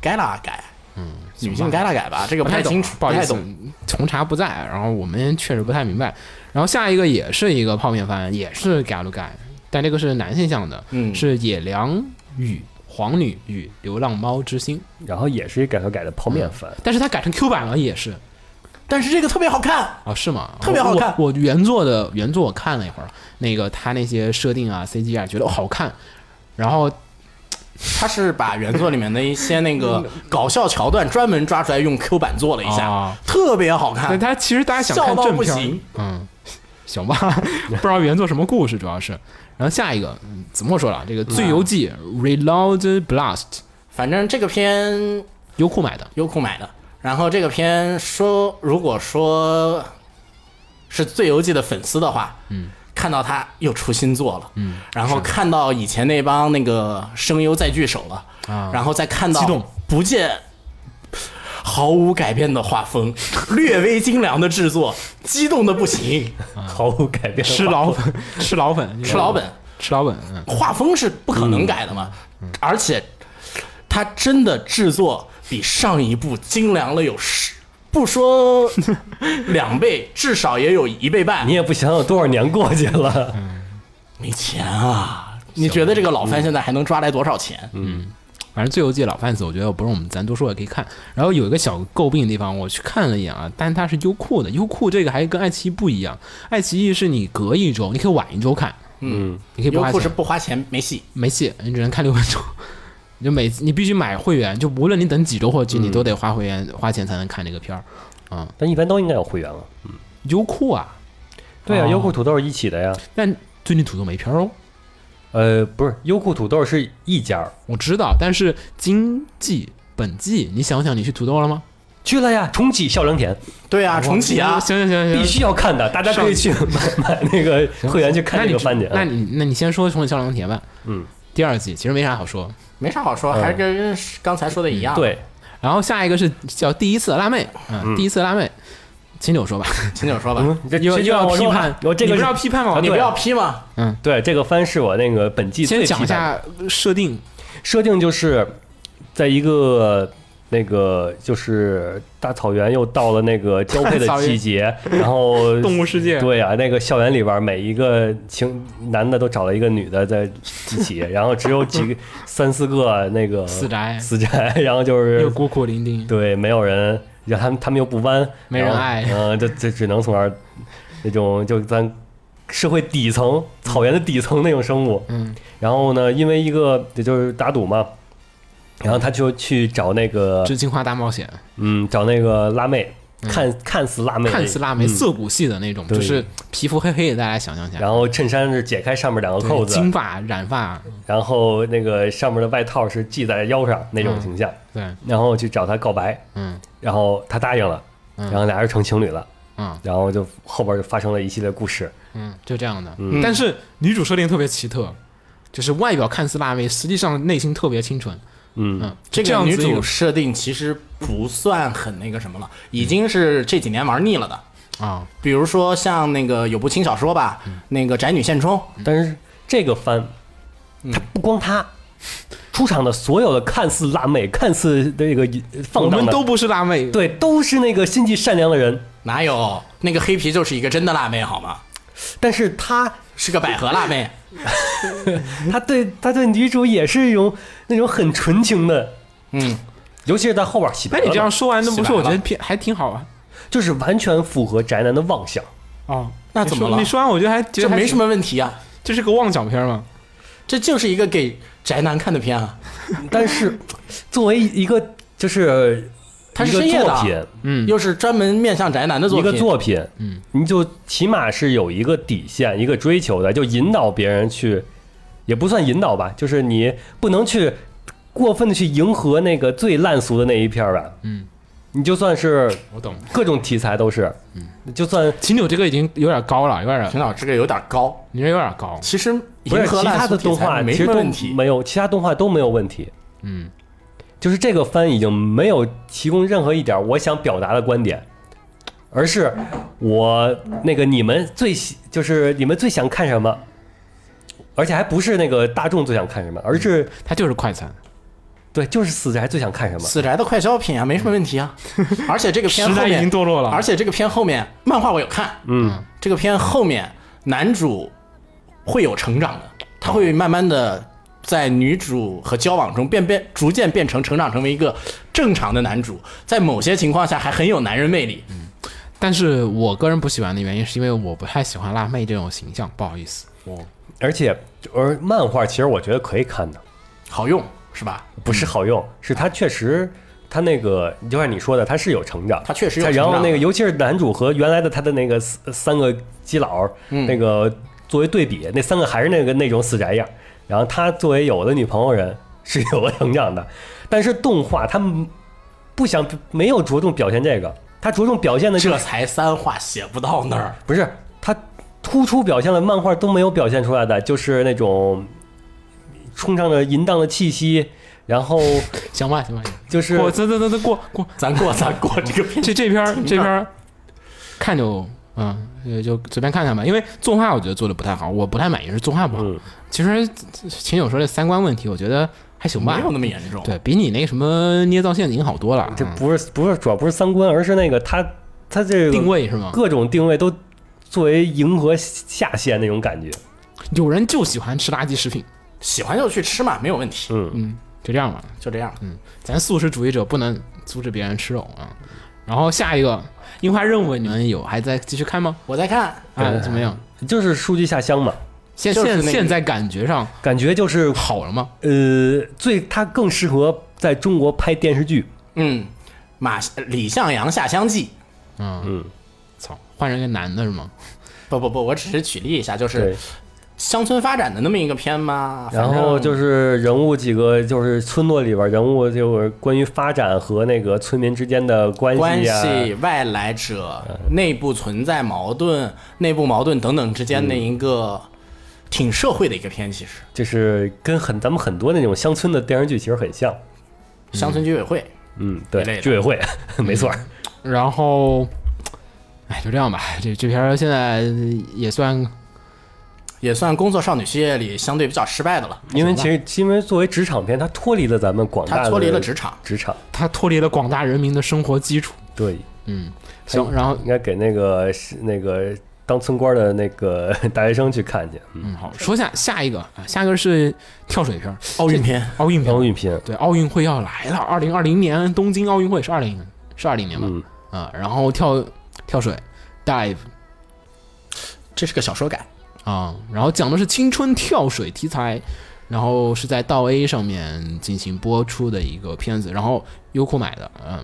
该拉改，嗯，女性该拉改吧，这个不太太清楚，不好不意太思懂。，红茶不在，然后我们确实不太明白。然后下一个也是一个泡面番，也是 g a l g a 但这个是男性向的，嗯是野良与黄女与流浪猫之星，然后也是一改和改的泡面番，但是它改成 Q 版了，也是但是这个特别好看，哦，是吗？特别好看我我原作的原作我看了一会儿，那个它那些设定啊、CG 啊，觉得好看。然后它是把原作里面的一些那个搞笑桥段专门抓出来用 Q 版做了一下哦，特别好看 *laughs* 但。他其实大家想笑看到正不片儿行，嗯， *laughs* 行吧，不知道原作什么故事，主要是。然后下一个嗯怎么说了？这个《醉游记》Reload Blast，反正这个片优酷买的，优酷买的，然后这个片说，如果说是《最游记》的粉丝的话，嗯，看到他又出新作了，嗯，然后看到以前那帮那个声优再聚首了，啊然后再看激到动不见毫无改变的画风， *laughs* 略微精良的制作，激动的不行，毫无改变。吃老本， *laughs* 吃老本，吃老本，吃老本，嗯，画风是不可能改的嘛，而且它真的制作比上一部精良了有十，不说两倍，至少也有一倍半你。也不想想多少年过去 *laughs* 了，没钱啊！你觉得这个老番现在还能抓来多少钱？嗯反正《最游记》老贩子，我觉得不用我们咱多说也可以看。然后有一个小诟病的地方，我去看了一眼啊，但它是优酷的，优酷这个还跟爱奇艺不一样，爱奇艺是你隔一周，你可以晚一周看，嗯，你可以不优花酷是钱，不花钱没戏。没戏，你只能看六分钟。 *laughs* 你就每次你必须买会员，就无论你等几周或者几，你嗯都得花会员花钱才能看这个片儿。但一般都应该有会员了。优酷啊，对啊，哦优酷土豆是一起的呀。但最近土豆没片儿哦，呃，不是，优酷土豆是一家儿我知道，但是今季本季，你想想你去土豆了吗？去了呀，重启笑良田对啊，重启啊！行行行行，必须要看的，大家可以去买 *laughs* 买那个会员去看那这你个番去。那你那你先说《重启笑良田》吧。嗯，第二季其实没啥好说。没啥好说，还是跟刚才说的一样。，对，然后下一个是叫《第一次辣妹》，嗯，第一次辣妹，秦九说吧，秦九说吧，嗯，这又这就啊又要让我批说判了，我这你个不是要是批判吗？啊你你不对要批嘛。对这个番是我那个本季先最讲批一判的。下设定，设定就是在一个那个就是大草原，又到了那个交配 *laughs* 的大草原季节，然后动物世界对啊，那个校园里边每一个情男的都找了一个女的在一起，然后只有几 *laughs* 个三四个那个死宅死宅，然后就又是孤苦伶仃，对没有人，让他们他们又不弯，没人然后爱嗯、这这只能从那儿那种就咱社会底层草原的底层那种生物，嗯，然后呢，因为一个也就是打赌嘛，然后他就去找那个致《青花大冒险嗯找那个辣妹，看看似辣》，妹，嗯看似辣妹，嗯涩谷系的那种，对就是皮肤黑黑的，大家想象一下，然后衬衫是解开上面两个对扣子，金发染发，然后那个上面的外套是系在腰上那种嗯形象，对，然后去找他告白，嗯然后他答应了，然后俩人成情侣了，嗯然后就后边就发生了一系列故事，嗯，就这样的。但是女主设定特别奇特，就是外表看似辣妹，实际上内心特别清纯。嗯，嗯，这这个样女子一主个设定其实不算很那个什么了，已经是这几年玩腻了的。啊，比如说像那个有部轻小说吧，那个《宅女现充》，但是这个番，嗯他不光他。出场的所有的看似辣妹、看似那个我放荡们的都不是辣妹，对，都是那个心地善良的人，哪有那个黑皮就是一个真的辣妹好吗？但是他是个百合辣妹，嗯他对他对女主也是一种那种很纯情的，嗯，尤其是在后边洗白那哎了你嘛，这样说完，那不洗是白我觉得了偏还挺好啊。就是完全符合宅男的妄想。哦，那你怎么说了你说完，我觉得还觉这得还没挺什，么问题啊，这是个妄想片嘛。这就是一个给宅男看的片啊。但是作为一个就是它是一个深夜的作啊品，嗯又是专门面向宅男的作一品，个作品，嗯，你就起码是有一个底线、一个追求的，就引导别人去，也不算引导吧，就是你不能去过分的去迎合那个最烂俗的那一片儿吧，嗯，你就算是我懂。各种题材都是，嗯，就算秦九这个已经有点高了，有点陈导这个有点高，你这有点高。其实不是银河其烂他的俗题材动画没其什实么都问题，没有，其他动画都没有问题，嗯，就是这个番已经没有提供任何一点我想表达的观点，而是我那个你们最喜就是你们最想看什么，而且还不是那个大众最想看什么，而是他就是快餐，对就是死宅最想看什么。死宅的快消品啊，没什么问题啊。而且这个片时后代已经面，堕落了。而且这个片后面漫画我有看，嗯，这个片后面男主会有成长的，他会慢慢的在女主和交往中变变，逐渐变成成长成为一个正常的男主，在某些情况下还很有男人魅力。但是我个人不喜欢的原因，是因为我不太喜欢辣妹这种形象，不好意思。我而且而漫画其实我觉得可以看的，好用是吧？不是好用，是它确实。它那个就像你说的，它是有成长，它确实有成然长后那个，尤其是男主和原来的他的那个三三个基佬，嗯那个作为对比，那三个还是那个那种死宅样。然后他作为有了女朋友人是有了成长的，但是动画他们不想没有着重表现这个，他着重表现的就这是才三话写不到那儿，不是他突出表现了漫画都没有表现出来的，就是那种冲上着淫荡的气息，然后行吧，行吧，行吧 *laughs* 就是过，走走走走过过，咱过咱过这个 *laughs* 片这这篇儿这篇儿看就嗯，也就随便看看吧。因为作画我觉得做的不太好，我不太满意是作画不好。嗯，其实秦九说这三观问题，我觉得还行吧没，有那么严重。对比你那个什么捏造陷阱好多了。这嗯不是不是主要不是三观，而是那个他他这个定位是吗？各种定位都作为迎合下线那种感觉，有人就喜欢吃垃圾食品，喜欢就去吃嘛，没有问题。嗯，嗯，就这样吧。就这样，咱素食主义者不能阻止别人吃肉啊。然后下一个《樱花任务》你们有还在继续看吗？我再看啊，对怎么样？就是数据下乡嘛，现就是现那个现在感觉上感觉就是好了吗？呃，最它更适合在中国拍电视剧，嗯，马李向阳下乡记。嗯嗯，操，换成一个男的是吗？不不不，我只是举例一下，就是对，乡村发展的那么一个片嘛。然后就是是人物几个，就是村落里边人物，就是关于发展和那个村民之间的关关系啊呀、系、外来者、内部存在矛盾、内部矛盾等等之间的一个挺社会的一个片，其实就是跟很咱们很多那种乡村的电视剧其实很像，乡村居委会。嗯，对一类，的居委会， *laughs* 没错儿，然后，哎，就这样吧。 *laughs* 这这片儿现在也算也算工作少女系列里相对比较失败的了，因为其实因为作为职场片，它脱离了咱们广大它的脱离了职场，职场，它脱离了广大人民的生活基础。对，嗯，行，哎然后应该给那个是那个当村官的那个 *laughs* 大学生去看去，嗯，嗯好，说下下一个啊，下一个是跳水片儿，奥运片奥运片儿奥。运片，对，奥运会要来了，二零二零年东京奥运会是二零是二零年吧？嗯啊，然后跳跳水，dive 这是个小说改，啊，然后讲的是青春跳水题材，然后是在道 A 上面进行播出的一个片子，然后优酷买的，嗯，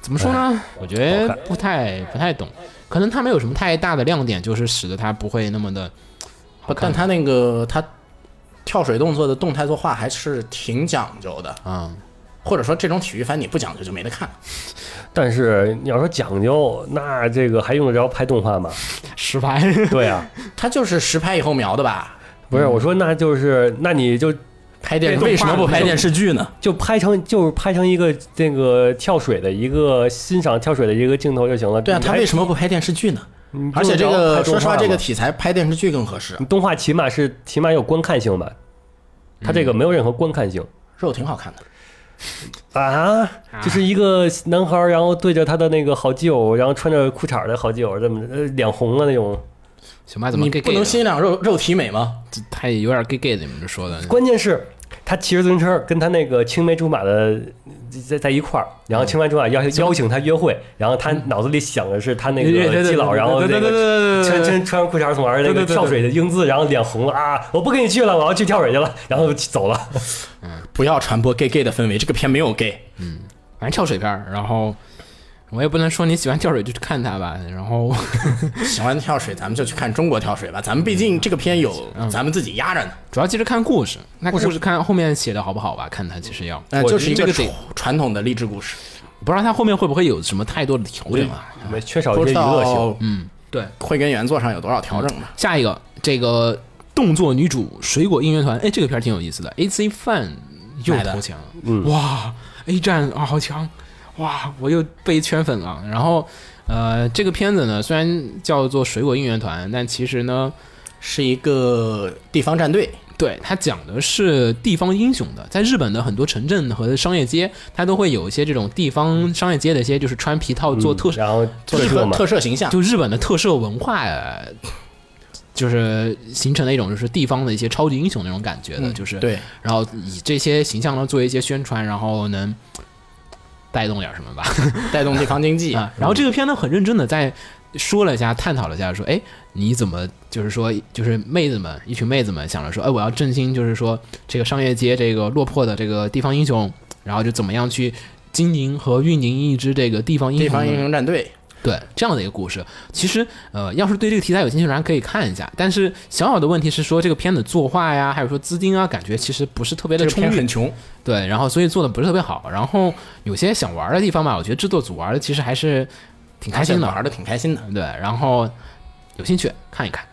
怎么说呢？我觉好得看不太不太懂，可能它没有什么太大的亮点，就是使得它不会那么的好不看但它那个它跳水动作的动态作画还是挺讲究的，啊。或者说这种体育番你不讲究就没得看。但是你要说讲究，那这个还用得着拍动 *laughs* 画吗？实拍 *laughs* 对啊，它就是实拍以后描的吧？不是我说，那就是那你就拍电这动画视为什么不拍电视剧呢？就拍成就是拍成一个那个跳水的一个欣赏跳水的一个镜头就行了。对啊，他为什么不拍电视剧呢？而且这个说实话，这个题材拍电视剧更合适，动画起码是起码有观看性吧，它嗯这个没有任何观看性。肉挺好看的。啊，就是一个男孩儿，然后对着他的那个好基友，然后穿着裤衩儿的好基友，这么呃脸红了那种。行吧，怎么你 gay 不 gay 能的？欣赏肉肉体美吗？他也有点 gay gay 的，你们这说的。关键是，他骑着自行车跟他那个青梅竹马的在在一块儿，然后青梅竹马邀邀请他约会，然后他脑子里想的是他那个基佬，然后嗯对那对对个对对穿对，穿穿上裤衩儿，从而那对个对对跳水的英姿，然后脸红了啊！我不跟你去了，我要去跳 *laughs* 水去了，然后走了。不要传播 gay gay 的氛围，这个片没有 gay。反正跳水片儿，然后我也不能说你喜欢跳水就去看它吧，然后 *laughs* 喜欢跳水，咱们就去看中国跳水吧。咱们毕竟这个片有咱们自己压着呢，主要其实看故事，那故事看后面写的好不好吧，看它其实要，呃，我就是一这个个传得传统的励志故事，不知道它后面会不会有什么太多的调整啊？没缺少不一些知娱乐性。道嗯，对，会跟原作上有多少调整吧。下一个这个动作女主水果应援团，哎，这个片儿挺有意思的，AC Fan 又买的投钱了，嗯哇，A 站啊好强，哇，我又被圈粉了。然后呃，这个片子呢虽然叫做水果应援团，但其实呢。是一个地方战队，对，它讲的是地方英雄的，在日本的很多城镇和商业街，它都会有一些这种地方商业街的一些，就是穿皮套做特色，然后特日色本嘛，特摄形象，就日本的特摄文化，呃就是形成了一种就是地方的一些超级英雄那种感觉的，就是，嗯对，然后以这些形象呢做一些宣传，然后能带动点什么吧。带动地方经济。啊。然后这个片呢，很认真的在说了一下，探讨了一下，说，哎，你怎么就是说，就是妹子们，一群妹子们想着说，哎，我要振兴，就是说这个商业街这个落魄的这个地方英雄，然后就怎么样去经营和运营一支这个地方英地雄方英的雄战队，对，这样的一个故事，其实呃，要是对这个题材有兴趣的人可以看一下。但是小小的问题是说，这个片子作画呀，还有说资金啊，感觉其实不是特别这的个充片裕很。穷，对，然后所以做的不是特别好。然后有些想玩的地方吧，我觉得制作组玩的其实还是挺开心的，玩的挺开心的。对，然后有兴趣看一看。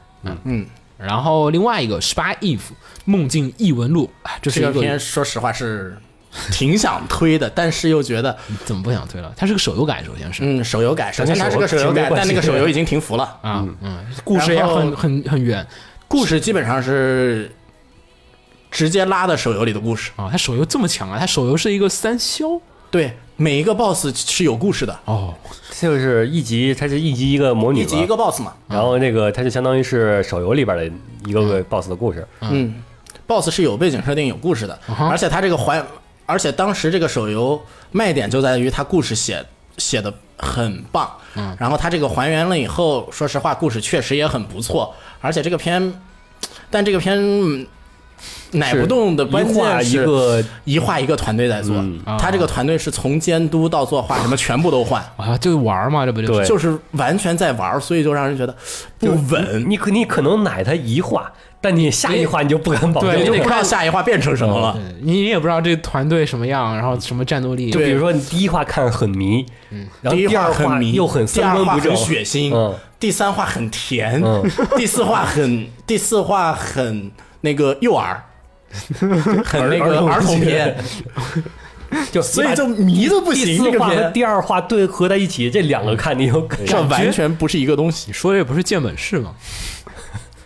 嗯，然后另外一个《十八 Eve 梦境异闻录》啊，这是这一个个片说实话是 *laughs* 挺想推的，但是又觉得怎么不想推了？它是个手游改，首先是、嗯手游改，首先它是个跟手手游游没改，关但系那个手游已经停服了。啊，嗯，故事也然后很很很远故事基本上是直接拉的手游里的故事。啊。它手游这么强啊，它手游是一个三消对，每一个 BOSS 是有故事的，哦，就是一集，它是一集一个魔女一嘛集一个 BOSS 嘛。然后那个它就相当于是手游里边的一个个 BOSS 的故事，嗯，BOSS 是有背景设定、有故事的，哈而且它这个环，而且当时这个手游卖点就在于它故事写写的很棒，嗯，然后它这个还原了以后，说实话，故事确实也很不错，而且这个片，但这个片。嗯奶不动的一关画键一是个一画一个团队在做，啊他这个团队是从监督到作画什么全部都换，啊，就玩嘛，这不就是对就是完全在玩儿，所以就让人觉得不稳。你可你可能奶它一画，但你下一画你就不敢保证对你你嗯就得了。不知道下一话变成什么了。对你也不知道这团队什么样，然后什么战斗力，就比如说你第一画看很迷，然后第一第话二很画迷，又很第三二观话不正很，血腥，嗯第三话很甜，嗯 *laughs* 第四话很第四话很那个幼 *laughs* 儿，很那个儿儿童童片片， *laughs* 就所以就就迷的不第行。这四个画和片第二画对合在一起，这两个看你有感这觉。完全不是一个东西你说这不是剑本士吗？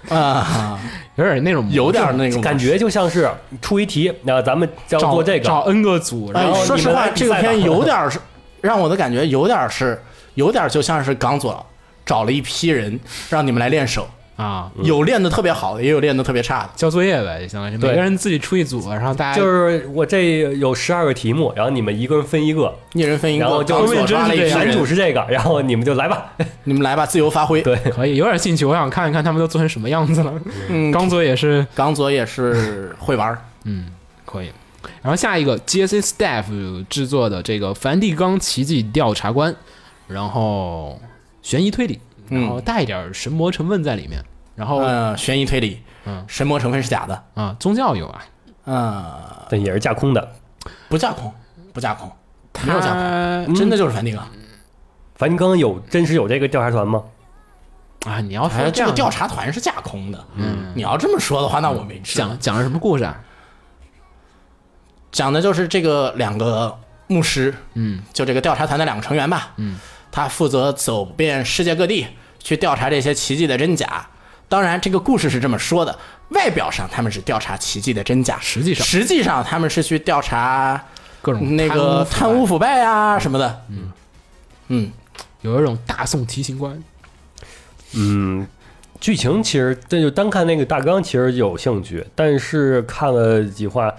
啊，有点那种有点儿那种感。觉就像是出一题，那咱们要找做这找个， N 个组，然哎后，后说你实们话，来比这个赛片吧有点儿是让我的感觉有点儿是有点儿就像是刚佐找了一批人让你们来练手，啊嗯有练的特别好的，也有练的特别差的。交作业呗，就相当于是对每个人自己出一组，然后大家就是我这有十二个题目，然后你们一个人分一个，一人分一个，然后就刚佐抓了一批男主人，是这个，然后你们就来吧。你们来吧，自由发挥。对可以有点兴趣，我想看一看他们都做成什么样子了。嗯，刚佐也是刚佐也是会玩儿，可以。然后下一个 J.C. Staff 制作的这个《梵蒂冈奇迹调查官》，然后悬疑推理，嗯然后带一点神魔成分在里面，然后啊、呃，悬疑推理，嗯神魔成分是假的，宗教有啊，呃，但也是架空的。不架空，不架空，没有架空，它真的就是啊梵蒂冈。梵蒂冈有真实有这个调查团吗？啊，你要哎，说这个样调查团是架空的，嗯，你要这么说的话，那我没知道讲讲的什么故事啊？讲的就是这个两个牧师，嗯，就这个调查团的两个成员吧，嗯，他负责走遍世界各地去调查这些奇迹的真假。当然，这个故事是这么说的，外表上他们是调查奇迹的真假，实际上实际上他们是去调查各种那个贪污腐败，腐败啊什么的，嗯嗯，有一种大宋提刑官，嗯，剧情其实这就单看那个大纲，其实有兴趣，但是看了几话，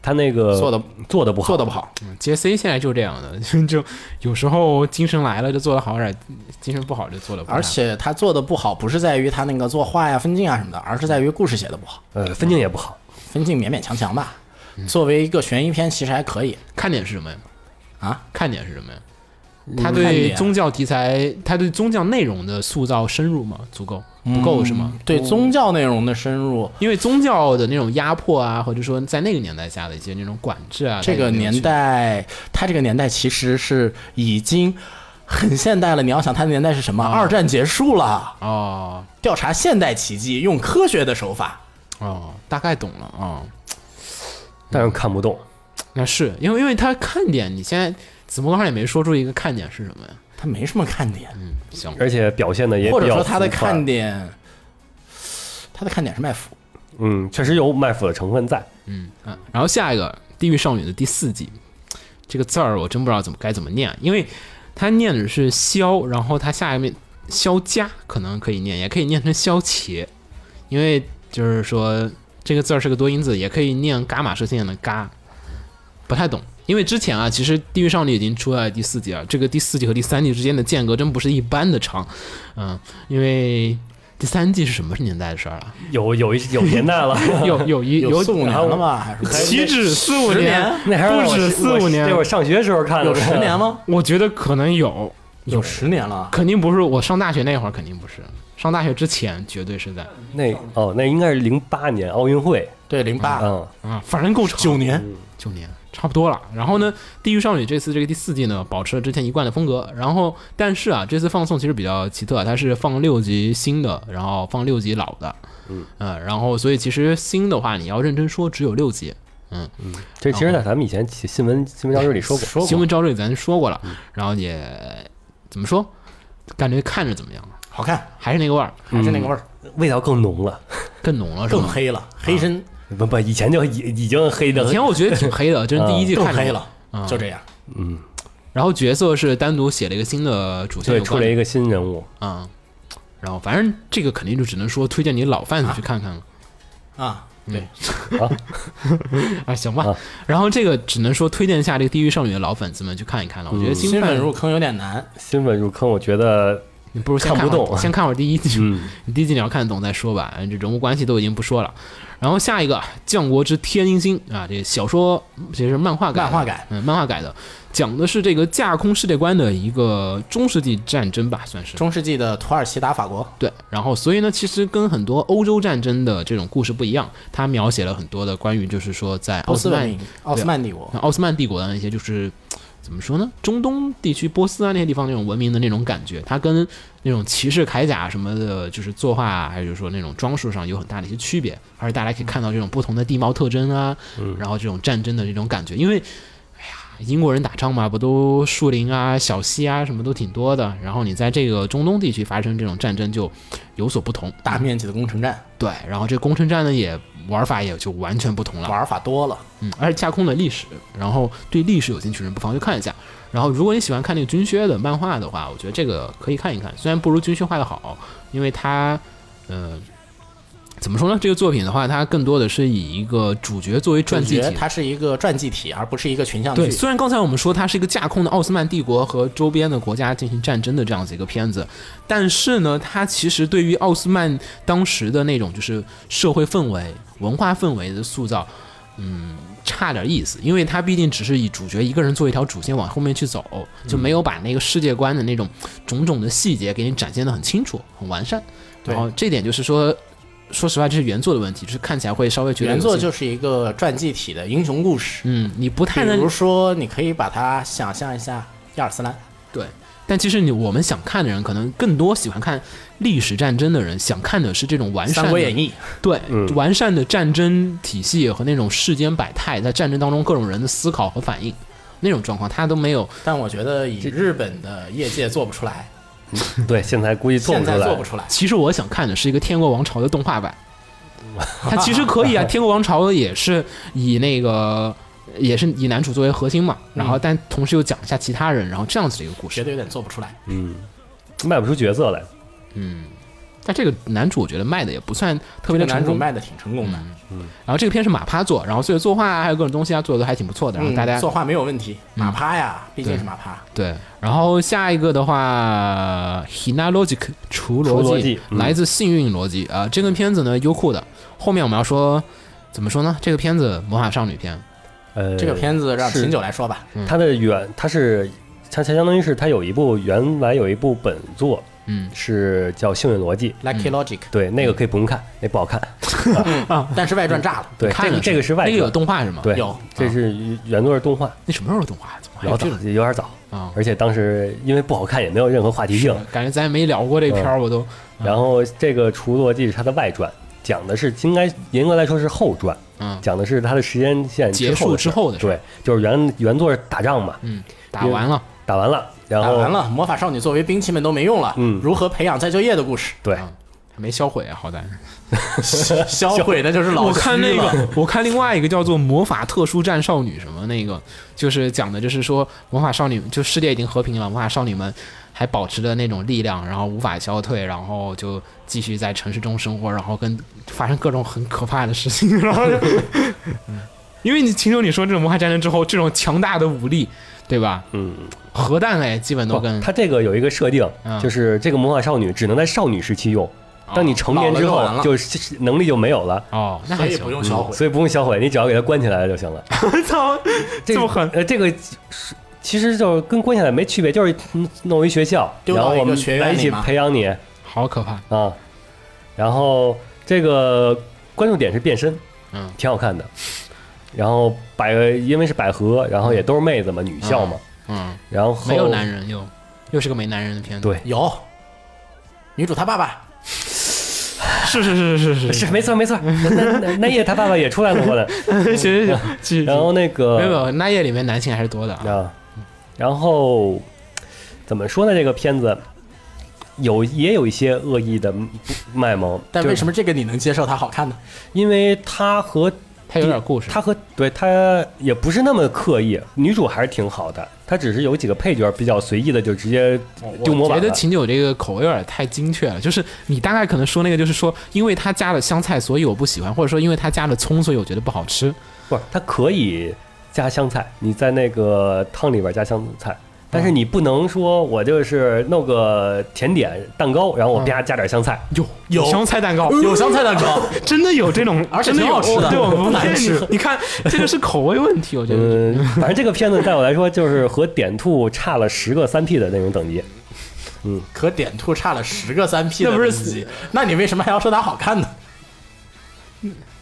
他那个做得做的不好，做的不好，嗯，J.C. 现在就这样的， *laughs* 就就有时候精神来了就做的好点儿，精神不好就做的不太好而且他做的不好，不是在于他那个作画呀、分镜啊什么的，而是在于故事写的不好，呃，分镜也不好。分镜勉勉强强吧。作为一个悬疑片，其实还可以看点是什么呀？啊，看点是什么呀？他嗯看对点宗教题材，他对宗教内容的塑造深入吗？足够不够是吗？对宗教内容的深入，因为宗教的那种压迫啊，或者说在那个年代下的一些那种管制啊，这个年代，他这个年代其实是已经很现代了。你要想，他的年代是什么？二战结束了，哦调查现代奇迹，用科学的手法。哦，大概懂了哦。但是看不懂，那是因为因为他看点，你现在子墨刚才也没说出一个看点是什么呀？他没什么看点，行，而且表现的也或者比较说他的浮夸看，点，他的看点是卖腐。嗯，确实有卖腐的成分在。嗯，然后下一个《地狱少女》的第四季，这个字儿我真不知道怎么该怎么念，因为它念的是“萧”，然后它下面“萧家”可能可以念，也可以念成“萧茄”，因为就是说这个字儿是个多音字，也可以念“伽马射线”的“伽”，不太懂。因为之前啊，其实《地狱少女》已经出来第四季了，这个第四季和第三季之间的间隔真不是一般的长，嗯，因为第三季是什么年代的事儿啊？有有一有年代了，有有 *laughs* 一有四五年了吧？还是岂止四五十年年？ *laughs* 那还是不我止是四我五是年那会儿上学时候看的，有十年吗？我觉得可能有，有十年了，肯定不是我上大学那会儿，肯定不是。上大学之前绝对是在那哦，那应该是零八年奥运会，对，零八、嗯嗯，啊，反正够长，呃九年，九年差不多了。然后呢，《地狱少女》这次这个第四季呢，保持了之前一贯的风格。然后，但是啊，这次放送其实比较奇特，啊它是放六集新的，然后放六集老的。嗯然后所以其实新的话，你要认真说，只有六集。嗯，这其实哦在咱们以前起新闻新闻招里说过，新闻招瑞咱说过了，然后也怎么说，感觉看着怎么样？好看，还是那个味儿，还是那个味儿，味道更浓了，更浓了，是更吗？黑了，黑深不不，以前就已已经黑的以前我觉得挺黑的，就是第一嗯季更看着黑。了，嗯就这样。然后角色是单独写了一个新的主线对有出关了的，一个新人物，啊、然后反正这个肯定就只能说推荐你老贩子去看看了啊，对，啊行吧。然后这个只能说推荐一下这个《地狱少女》的老粉丝们去看一看了。我嗯觉得新新贩粉入坑有点难，新粉入坑，我觉 *laughs* 得你不如先看看不会儿懂先看会儿第一季。嗯你第一季你要看得懂再说吧，这人物关系都已经不说了。然后下一个《啊降国之天鹰星》啊，这小说其实是漫画改的，漫画改嗯，漫画改的，讲的是这个架空世界观的一个中世纪战争吧，算是。中世纪的土耳其打法国，对，然后所以呢，其实跟很多欧洲战争的这种故事不一样，它描写了很多的关于就是说在奥波斯斯文曼明，奥斯曼帝国，奥斯曼帝国啊的那些就是怎么说呢，中东地区波斯啊那些地方那种文明的那种感觉，它跟那种骑士铠甲什么的，就是作画啊还有就是说那种装束上有很大的一些区别，而且大家可以看到这种不同的地貌特征啊，嗯然后这种战争的这种感觉，因为。哎呀，英国人打仗嘛，不都树林啊、小溪啊，什么都挺多的。然后你在这个中东地区发生这种战争，就有所不同。大面积的攻城战，对，然后这攻城战呢，也玩法也就完全不同了。玩法多了，嗯，而且架空了历史，然后对历史有兴趣的人不妨去看一下。然后，如果你喜欢看那个军靴的漫画的话，我觉得这个可以看一看，虽然不如军靴画的好，因为它，呃，怎么说呢？这个作品的话，它更多的是以一个主角作为传记主角体。它是一个传记体，而不是一个群像剧对，。虽然刚才我们说它是一个架空的奥斯曼帝国和周边的国家进行战争的这样子一个片子，但是呢，它其实对于奥斯曼当时的那种就是社会氛围、文化氛围的塑造，嗯，差点意思，因为它毕竟只是以主角一个人做一条主线往后面去走，就没有把那个世界观的那种种种的细节给你展现的很清楚、很完善。对然后这点就是说，说实话，这是原作的问题，就是看起来会稍微觉得原有作些就是一个传记体的英雄故事，嗯，你不比太能如说你可以把它想象一下亚尔斯兰，对，但其实你我们想看的人，可能更多喜欢看历史战争的人，想看的是这种完《善三的国演义》对、嗯完善的战争体系和那种世间百态，在战争当中各种人的思考和反应，那种状况他都没有。但我觉得以日本的业界做不出来，对，现在估计做现不出在做来不，出来。其实我想看的是一个《天国王朝》的动画 *laughs* 版，它其实可以啊， *laughs* 《天国王朝》也是以那个。也是以男主作为核心嘛，然后但同时又讲一下其他人，然后这样子的一个故嗯觉事。得有点做不出来，嗯，卖不出角色来，但这个男主我觉得卖的也不算特别的这个成男主功，嗯卖的挺成功的，然后这个片是马趴做，然后所以作画啊，还有各种东西啊，做的都还挺不错的。然后嗯大家、嗯作画没有问题。马趴呀，毕竟是马趴，对，然后下一个的话，Hina Logic 除逻辑，除逻辑嗯来自幸运逻辑啊、这个片子呢，优酷的。后面我们要说怎么说呢？这个片子魔法少女片，呃，这个片子让是秦九来说吧。嗯它的原它是它它相当于是它有一部原来有一部本作嗯，是叫《幸运逻辑》， Lucky Logic，对，那个可以不用看，那不好看，但是外传炸了，对，看这了个这个是外那个有传，动画是吗？对，有这是原作是动画，那什么时候有动画？怎么还有老早这种有点早，啊？而且当时因为不好看，也没有任何话题性。感觉咱也没聊过这片嗯儿，我都然后这个《除逻辑》是它的外传，讲的是应该严格来说是后传，嗯，讲的是它的时间线结束之之后后的的事事儿儿，对，就是原原作是打仗嘛，嗯，打完了，打完了，然打后完了，魔法少女作为兵器们都没用了。嗯，如何培养再就业的故事 *laughs* 对，啊没销毁啊，好歹。销毁的就是老我看区那了，个，我看另外一个叫做《魔法特殊战少女》什么那个，就是讲的就是说魔法少女，就世界已经和平了，魔法少女们还保持着那种力量，然后无法消退，然后就继续在城市中生活，然后跟发生各种很可怕的事情，然 *laughs* 后就。因为你秦九你说这种魔法战争之后，这种强大的武力，对吧？嗯，核弹哎，基本都不跟它这个有一个设定嗯，就是这个魔法少女只能在少女时期用，当你成年之老了就完后，了就是能力就没有了。嗯哦，那所还以行，嗯不用销 *laughs* 毁。所以不用销毁，你只要给它关起来就行了。操，这这么狠呃，这个其实就是跟关下来没区别，就是弄一学校，丢到然后我一们个学来院一里起嘛培养你好可怕。啊。然后这个关注点是变身，嗯，挺好看的。然后百因为是百合，然后也都是妹子嘛，女校嘛，嗯，然后没有男人又又是个没男人的片子。对有女主她爸爸， *laughs* 是是是是是 *laughs* *laughs* 是没错没错，那那那夜他爸爸也出来了 *laughs* 过来，行行行继续，然后那个没有没有，那夜里面男性还是多的啊。啊，然后怎么说呢？这个片子有也有一些恶意的卖萌，但为什么？么这个你能接受它好看呢？因为它和他有点故事，它和对它也不是那么刻意，女主还是挺好的，她只是有几个配角比较随意的就直接丢模我觉板得了。秦九这个口味有点太精确了，就是你大概可能说那个，就是说，因为他加了香菜，所以我不喜欢，或者说因为他加了葱，所以我觉得不好吃。不是，它可以加香菜，你在那个汤里边加香菜。但嗯是你不能说我就是弄个甜点蛋糕，然后我啪嗯加点 *laughs* 香菜，有有香菜蛋糕，有香菜蛋 *laughs* 糕，真的有这种，哦嗯而且真的挺有好吃的对，我不难吃骗你你看，这个是口味问题，我觉得。嗯，反正这个片子在我来说，就是和点兔差了十个三 P 的那种等级。可点兔差了十个三 P 的那不是等级，那你为什么还要说它好看呢？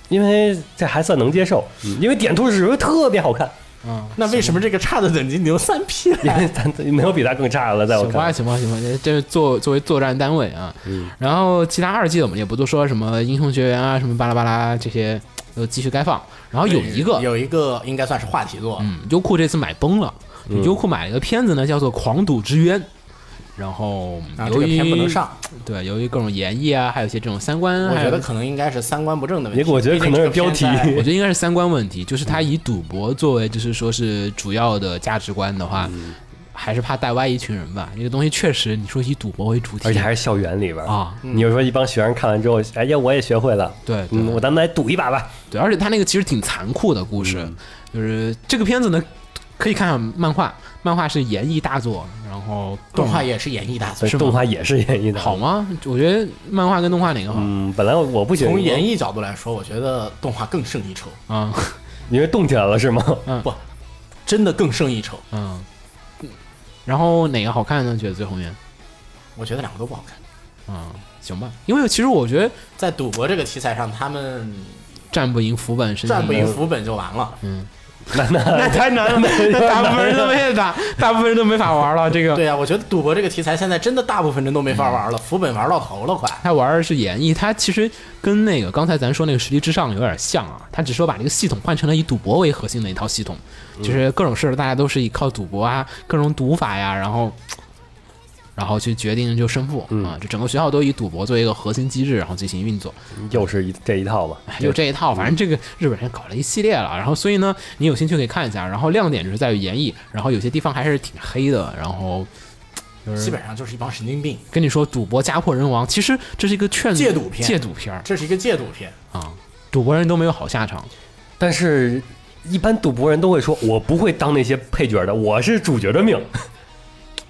因为这还算能接受，嗯因为点兔是特别好看，嗯，那为什么这个差的等级你用三 P 因为 *laughs* 来？咱没有比它更差的了，在我行吧，看，行吧，行吧，这这是作作为作战单位啊。然后其他二季的我们也不多说，什么英雄学员啊，什么巴拉巴拉这些都继续该放。然后有一个， *laughs* 有一个应该算是话题作，嗯，优酷这次买崩了，嗯优酷买了一个片子呢，叫做《狂赌之渊》。然后啊，这由个于、片不能上，对，由于各种演绎啊，还有一些这种三观，我还觉有哎得可能应该是三观不正的问也题。我觉得可能是标题毕 *laughs* 竟这个片在我觉得应该是三观问题，就是嗯他以赌博作为就是说是主要的价值观的话，嗯还是怕带歪一群人吧。这个东西确实，你说以赌博为主体，而且还是校园里边儿啊你就说一帮学生看完之后，哎呀，我也学会了，对对嗯，我咱们来赌一把吧。对，而且他那个其实挺残酷的故事，嗯就是这个片子呢，可以看看漫画，漫画是演绎大作，然后动画也是演绎大作所以，动画也是演绎的，好？吗？我觉得漫画跟动画哪个好嗯，本来我不觉得从演，绎角度来说，我觉得动画更胜一筹，啊？因为动起来了是吗？真的更胜一筹。嗯，然后哪个好看呢？觉得最后面我觉得两个都不好看。啊，行吧，因为其实我觉得在赌博这个题材上，他们战不赢福本是赚不赢福本就完嗯了。那那 *laughs* 那太难了，那大部分人都没打，大部分人都没法玩了。这个对啊，我觉得赌博这个题材现在真的大部分人都没法玩了，嗯福本玩到头了，快。他玩的是演绎，他其实跟那个刚才咱说那个实力至上有点像啊。他只是说把这个系统换成了以赌博为核心的一套系统，嗯就是各种事儿大家都是以靠赌博啊，各种赌法呀，然后。然后去决定就胜负、嗯啊，这整个学校都以赌博作为一个核心机制，然后进行运作。又是一这一套吧，哎就这一套，反正这个日本人搞了一系列了。然后，所以呢，你有兴趣可以看一下。然后亮点就是在于演绎，然后有些地方还是挺黑的。然后基本上就是一帮神经病，跟你说，赌博家破人亡，其实这是一个劝戒赌片戒赌片儿这是一个戒赌 *laughs* 片。啊，赌博人都没有好下场。但是。一般赌博人都会说：“我不会当那些配角的，我是主角的命。 *laughs*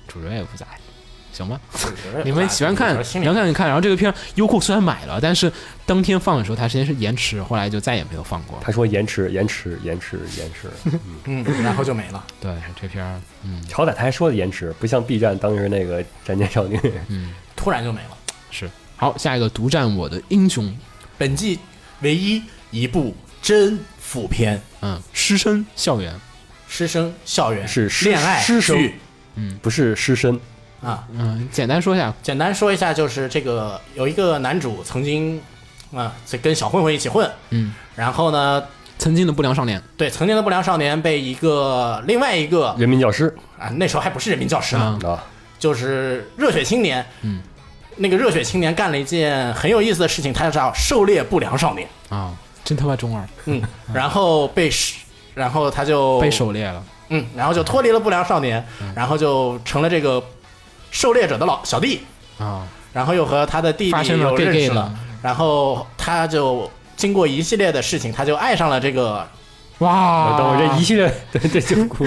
主角也不在，行吧？我觉得你们喜欢看，我觉喜得欢看，你看。然后这个片儿优酷虽然买了，但是当天放的时候，它先是延迟，后来就再也没有放过”。他说：“延迟，延迟，延迟，延 *laughs* 迟。”嗯，然后就没了。对，这片儿好歹他还说了延迟，不像 B 站当时那个《战舰少女》嗯突然就没了。是好。下一个独占我的英雄，本季唯一一部真腐片，嗯，师生校园，师生校园是师恋爱师生剧不是失身。啊。嗯，简单说一下，简单说一下，就是这个有一个男主曾经啊，这跟小混混一起混，嗯，然后呢，曾经的不良少年，对曾经的不良少年被一个另外一个人民教师啊，那时候还不是人民教师呢，啊啊，就是热血青年，嗯，那个热血青年干了一件很有意思的事情，他叫狩猎不良少年，啊，真他妈中二，嗯，然后被是，然后他就被嗯狩猎了。嗯，然后就脱离了不良少年，然后就成了这个狩猎者的老小弟，啊，然后又和他的弟发弟生了又 gay 认 gay 识的了，然后他就经过一系列的事情，他就爱上了这个哇！等会儿这一系列对这就哭。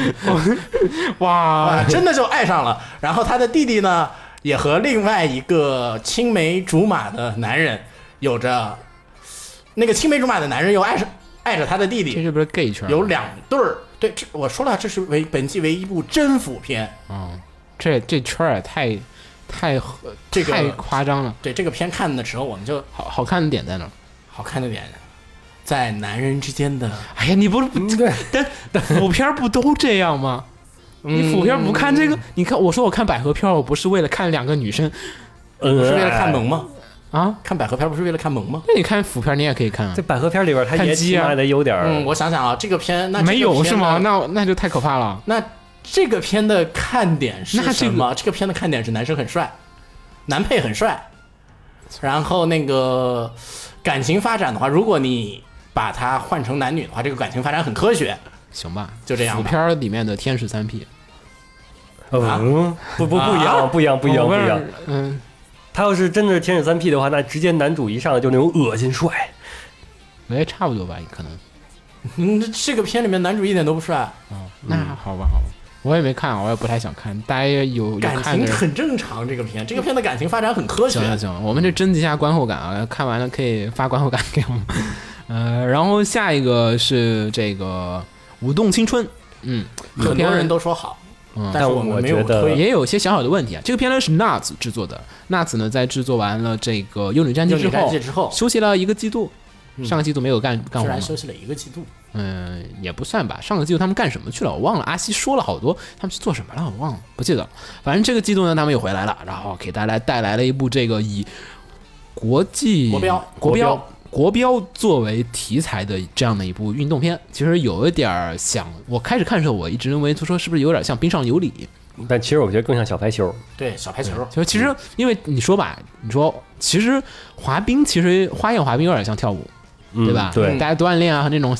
啊，哇，真的就爱上了，然后他的弟弟呢，也和另外一个青梅竹马的男人有着。那个青梅竹马的男人又爱上爱着他的弟这弟，是不是 gay 圈？啊有两对儿。对，这我说了，这是唯本季唯一一部真腐片。这这圈儿也太太这个太夸张了。对这个片看的时候，我们就好好看的点在哪儿？好看的点，在男人之间的。哎呀，你不是不对，但但腐片儿不都这样吗？嗯嗯你腐片儿不看这个，你看我说我看百合片儿，我不是为了看两个女生嗯，不是为了看萌吗？啊。看百合片不是为了看萌吗？那你看腐片儿，你也可以看啊哎这。百合片里边，他看也鸡起啊码得有点儿嗯，我想想啊，这个片那这个没有片是吗？呢那那就太可怕了。那这个片的看点是那这什个么？这个片的看点是男生很帅，男配很帅，然后那个感情发展的话，如果你把它换成男女的话，这个感情发展很科学。行吧，就这样吧腐片儿里面的天使三 P 嗯，不不不一啊样，不一样，不一样，不一样。。嗯，他要是真的是天使三 P 的话，那直接男主一上来就那种恶心帅，没差不多吧，可能。嗯，这这个片里面男主一点都不帅，那嗯好吧，好吧，我也没看，我也不太想看。大家有有感看的情人。很正常。这个片，这个片的感情发展很科学行。了行了，我嗯们这征集一下观后感啊，看完了可以发观后感给我们。 *laughs* 呃，然后下一个是这个《舞动青春》，嗯，这很片多人都说好，嗯但是我但我们没有觉得推。也有一些小小的问题啊。这个片呢是 NAS 制作的，NAS 呢在制作完了这个《幼女战记》幼女战记之后休息了一个季度，上个季度没有干干居活然嘛，休息了一个季度，嗯，也不算吧。上个季度他们干什么去了？我忘了。阿西说了好多，他们去做什么了？我忘了，不记得了。反正这个季度呢，他们又回来了，然后给大家带来了一部这个以国际国标国国标标国标作为题材的这样的一部运动片。其实有一点儿想，我开始看的时候，我一直认为他说是不是有点像《冰上有理》？但其实我觉得更像小排球。对小排球，就其嗯实因为你说吧，你说其实滑冰，其实花样滑冰有点像跳舞，嗯对吧？对，大家锻炼啊和那种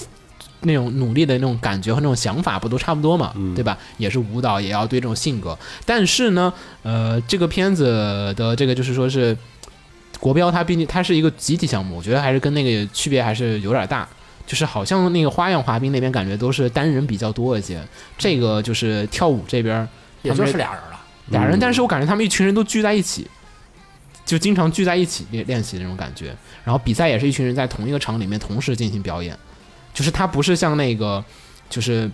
那种努力的那种感觉和那种想法不都差不多嘛，嗯对吧？也是舞蹈，也要对这种性格。但是呢，呃，这个片子的这个就是说是国标，它毕竟它是一个集体项目，我觉得还是跟那个区别还是有点大。就是好像那个花样滑冰那边感觉都是单人比较多一些，这个就是跳舞这边儿也就是俩人了。俩人，但是我感觉他们一群人都聚在一起，就经常聚在一起练练习那种感觉。然后比赛也是一群人在同一个场里面同时进行表演，就是他不是像那个，就是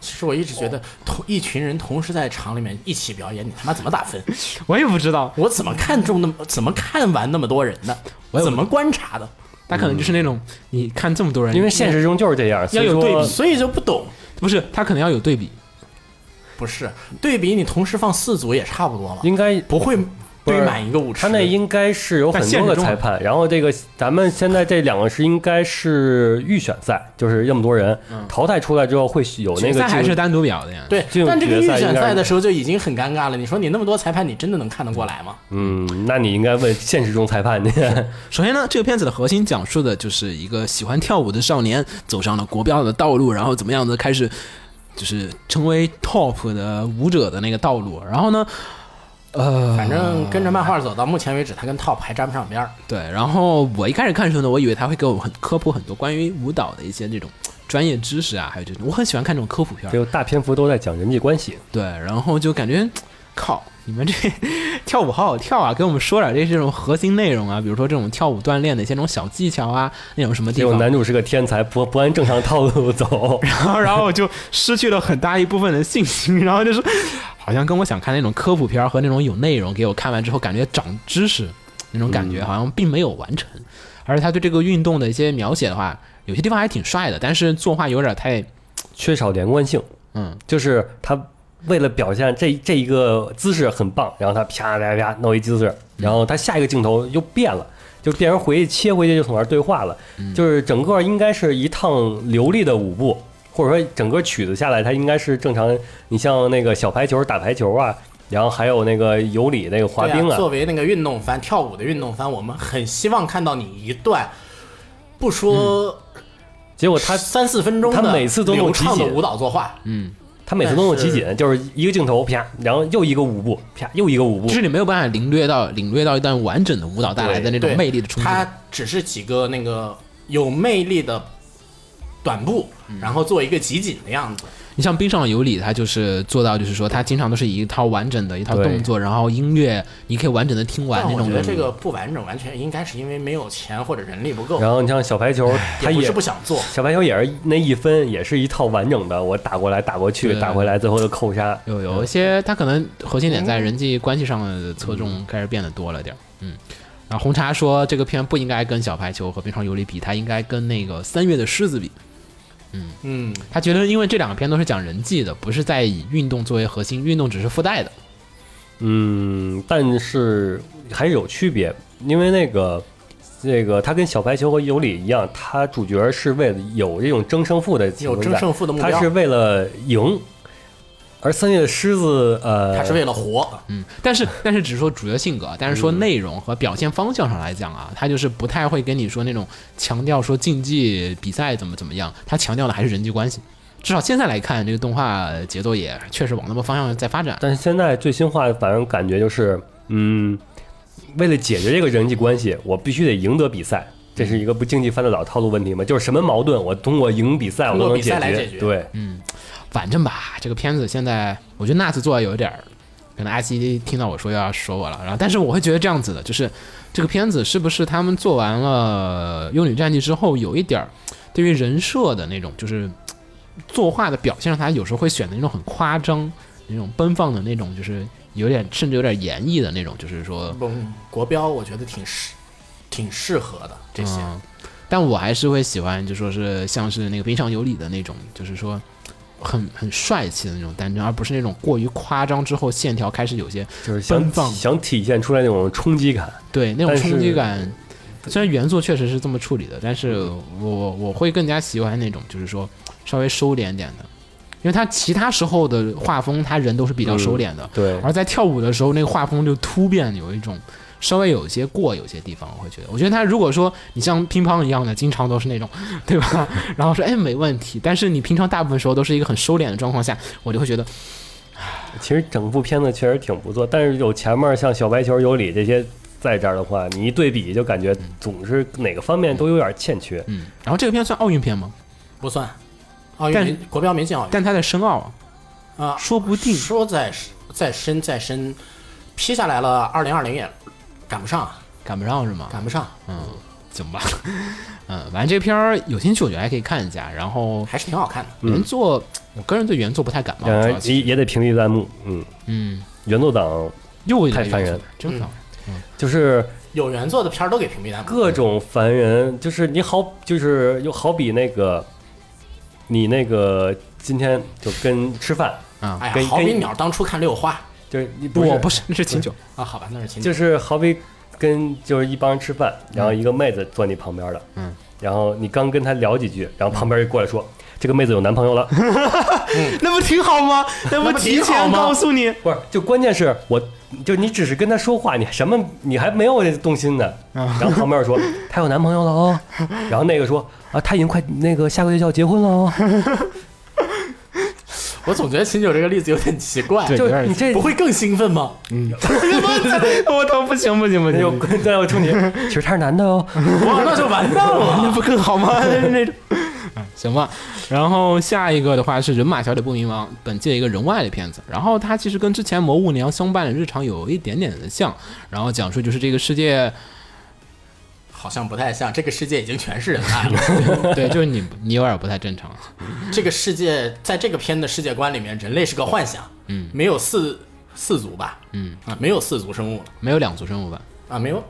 其实我一直觉得同一群人同时在场里面一起表演，你他妈怎么打分？我也不知道，我怎么看中那么怎么看完那么多人的？我也不怎么观察的？他可能就是那种你看这么多人，因为现实中就是这样，所以有说对比所以就不懂。不是他可能要有对比，不是对比，你同时放四组也差不多嘛，应该不会堆满一个舞池。他那应该是有很多个裁判，然后这个咱们现在这两个是应该是预选赛，就是这么多人淘汰出来之后会有那决个赛还进是入单独表的呀。对进，入但这个预决赛选应该赛是的时候就已经很尴尬了。你说你那么多裁判，你真的能看得过来吗？嗯，那你应该问现实中 *laughs* 裁 *laughs* 判去。首先呢，这个片子的核心讲述的就是一个喜欢跳舞的少年走上了国标的道路，然后怎么样子开始就是成为 top 的舞者的那个道路。然后呢，呃，反正跟着漫画走到目前为止，他跟 TOP 还沾不上边儿。对，然后我一开始看的时候呢，我以为他会给我很科普很多关于舞蹈的一些这种专业知识啊，还有这种我很喜欢看这种科普片儿。就大篇幅都在讲人际关系，对，然后就感觉靠你们这 *laughs* 跳舞好好跳啊，给我们说点这这种核心内容啊，比如说这种跳舞锻炼的一些这种小技巧啊，那种什么地结果方。男主是个天才，不不按正常套路 *laughs* 走。然后然后我就失去了很大一部分的信心，然后就是好像跟我想看那种科普片儿和那种有内容，给我看完之后感觉长知识那种感嗯觉，好像并没有完成。而且他对这个运动的一些描写的话，有些地方还挺帅的，但是作画有点太缺少连贯性。嗯，就是他为了表现这这一个姿势很棒，然后他啪啪啪弄一姿势，嗯然后他下一个镜头又变了。就变成回去切回去就从那儿对话了，嗯就是整个应该是一趟流利的舞步，或者说整个曲子下来，它应该是正常。你像那个小排球、打排球啊，然后还有那个尤里那个滑对冰啊，啊，作为那个运动番、跳舞的运动番，我们很希望看到你一段，不说结果嗯他三四分钟的他每次都弄流集畅的锦舞蹈作画，嗯他每次都弄集锦，就是一个镜头啪，然后又一个舞步啪，又一个舞步就，是你没有办法领略到领略到一段完整的舞蹈带来的那种对魅力的冲击。它只是几个那个有魅力的短布，嗯然后做一个集锦的样子。你像冰上有理，他就是做到，就是说他经常都是一套完整的一套对动作，然后音乐你可以完整的听完但那我种嗯觉的。得这个不完整，完全应该是因为没有钱或者人力不够，然后你像小排球，他也不也是不想做。小白球也是那一分，也是一套完整的，我打过来打过去，对打回来最后的扣杀。有有一些他可能核心点在人际关系上的侧重开始变得多了点儿，嗯。然后红茶说这个片不应该跟小排球和冰上有理比，他应该跟那个三月的狮子比。嗯，他觉得因为这两个片都是讲人际的，不是在以运动作为核心，运动只是附带的。嗯，但是还是有区别，因为那个这个他跟小排球和尤里一样，他主角是为了有这种争胜负的情有况争在胜负的目标他是为了赢。而三月的狮子，呃，他是为了活。嗯，但是但是只是说主角性格，但是说内容和表现方向上来讲啊，他就是不太会跟你说那种强调说竞技比赛怎么怎么样，他强调的还是人际关系。至少现在来看，这个动画节奏也确实往那么方向在发展。但是现在最新化，反正感觉就是，嗯，为了解决这个人际关系，我必须得赢得比赛，这是一个不经济翻的老套路问题嘛？就是什么矛盾，我通过赢比赛我都通能过比解赛来决。解决对，反正吧，这个片子现在我觉得那次做的有点儿，可能阿西听到我说要说我了，然后但是我会觉得这样子的，就是这个片子是不是他们做完了《幽女战记》之后，有一点儿对于人设的那种，就是作画的表现上，他有时候会选的那种很夸张、那种奔放的那种，就是有点甚至有点演绎的那种，就是说，嗯，国标我觉得挺适，挺适合的这些。嗯，但我还是会喜欢，就说是像是那个冰上有理的那种，就是说很很帅气的那种单帧，而不是那种过于夸张之后线条开始有些嗯就是想奔放想体现出来那种冲击感。对那种但是冲击感。虽然原作确实是这么处理的，但是我我会更加喜欢那种就是说稍微收敛点的，因为他其他时候的画风，他人都是比较收敛的，对，而在跳舞的时候，那个画风就突变，有一种稍微有一些过，有些地方我会觉得，我觉得他如果说你像乒乓一样的，经常都是那种，对吧？ *laughs* 然后说哎没问题，但是你平常大部分时候都是一个很收敛的状况下，我就会觉得其实整部片子确实挺不错，但是有前面像小白球、尤里这些在这儿的话，你一对比就感觉总是哪个方面都有点欠缺。嗯。然后这个片算奥运片吗？不算，奥运但是没国标没进奥运但它在申奥啊，啊，说不定说再再深再深，批下来了，二零二零也赶不上啊，赶不上是吗？赶不上，行吧， *laughs* 嗯，反正这片儿有兴趣我觉得还可以看一下。然后还是挺好看的。原作，我个人对原作不太感冒，当主然要是也也得屏蔽弹幕，嗯，嗯，原作党又有太点烦原人作真烦人。就是有原作的片儿都给屏蔽弹幕，各种烦人，就是你好，就是又好比那个，你那个今天就跟吃饭，哎跟呀，好比跟鸟当初看六花就是你不是我不是，那是秦九。啊，好吧，那是秦就九，是好比跟就是一帮人吃饭，然后一个妹子坐你旁边了，嗯，然后你刚跟她聊几句，然后旁边就过来说。这个妹子有男 *laughs* 朋友了，那不挺好吗？那不提前告诉你？不是？就关键是我，就你只是跟她说话，你什么你还没有动心呢。嗯然后旁边说她有男朋友了哦，然后那个说啊，她已经快那个下个月就要结婚了哦。我总觉得秦九这个例子有点奇怪， *laughs* 对就有点你这不会更兴奋吗？我操，不行不行不那就那要处女， *laughs* 其实他是男的哦。哇，那就完蛋那了。 *laughs* 不更好吗？那种，嗯行吧。然后下一个的话是《人马小姐不迷茫》，本届一个人外的片子。然后它其实跟之前《魔物娘相伴的日常》有一点点的像，然后讲述就是这个世界，好像不太像，这个世界已经全是人爱了。 *laughs* 对，就是你你有点不太正常。这个世界，在这个片的世界观里面，人类是个幻想，嗯，没有四四足吧，嗯啊，没有四足生物了没有两足生物吧？啊，没有，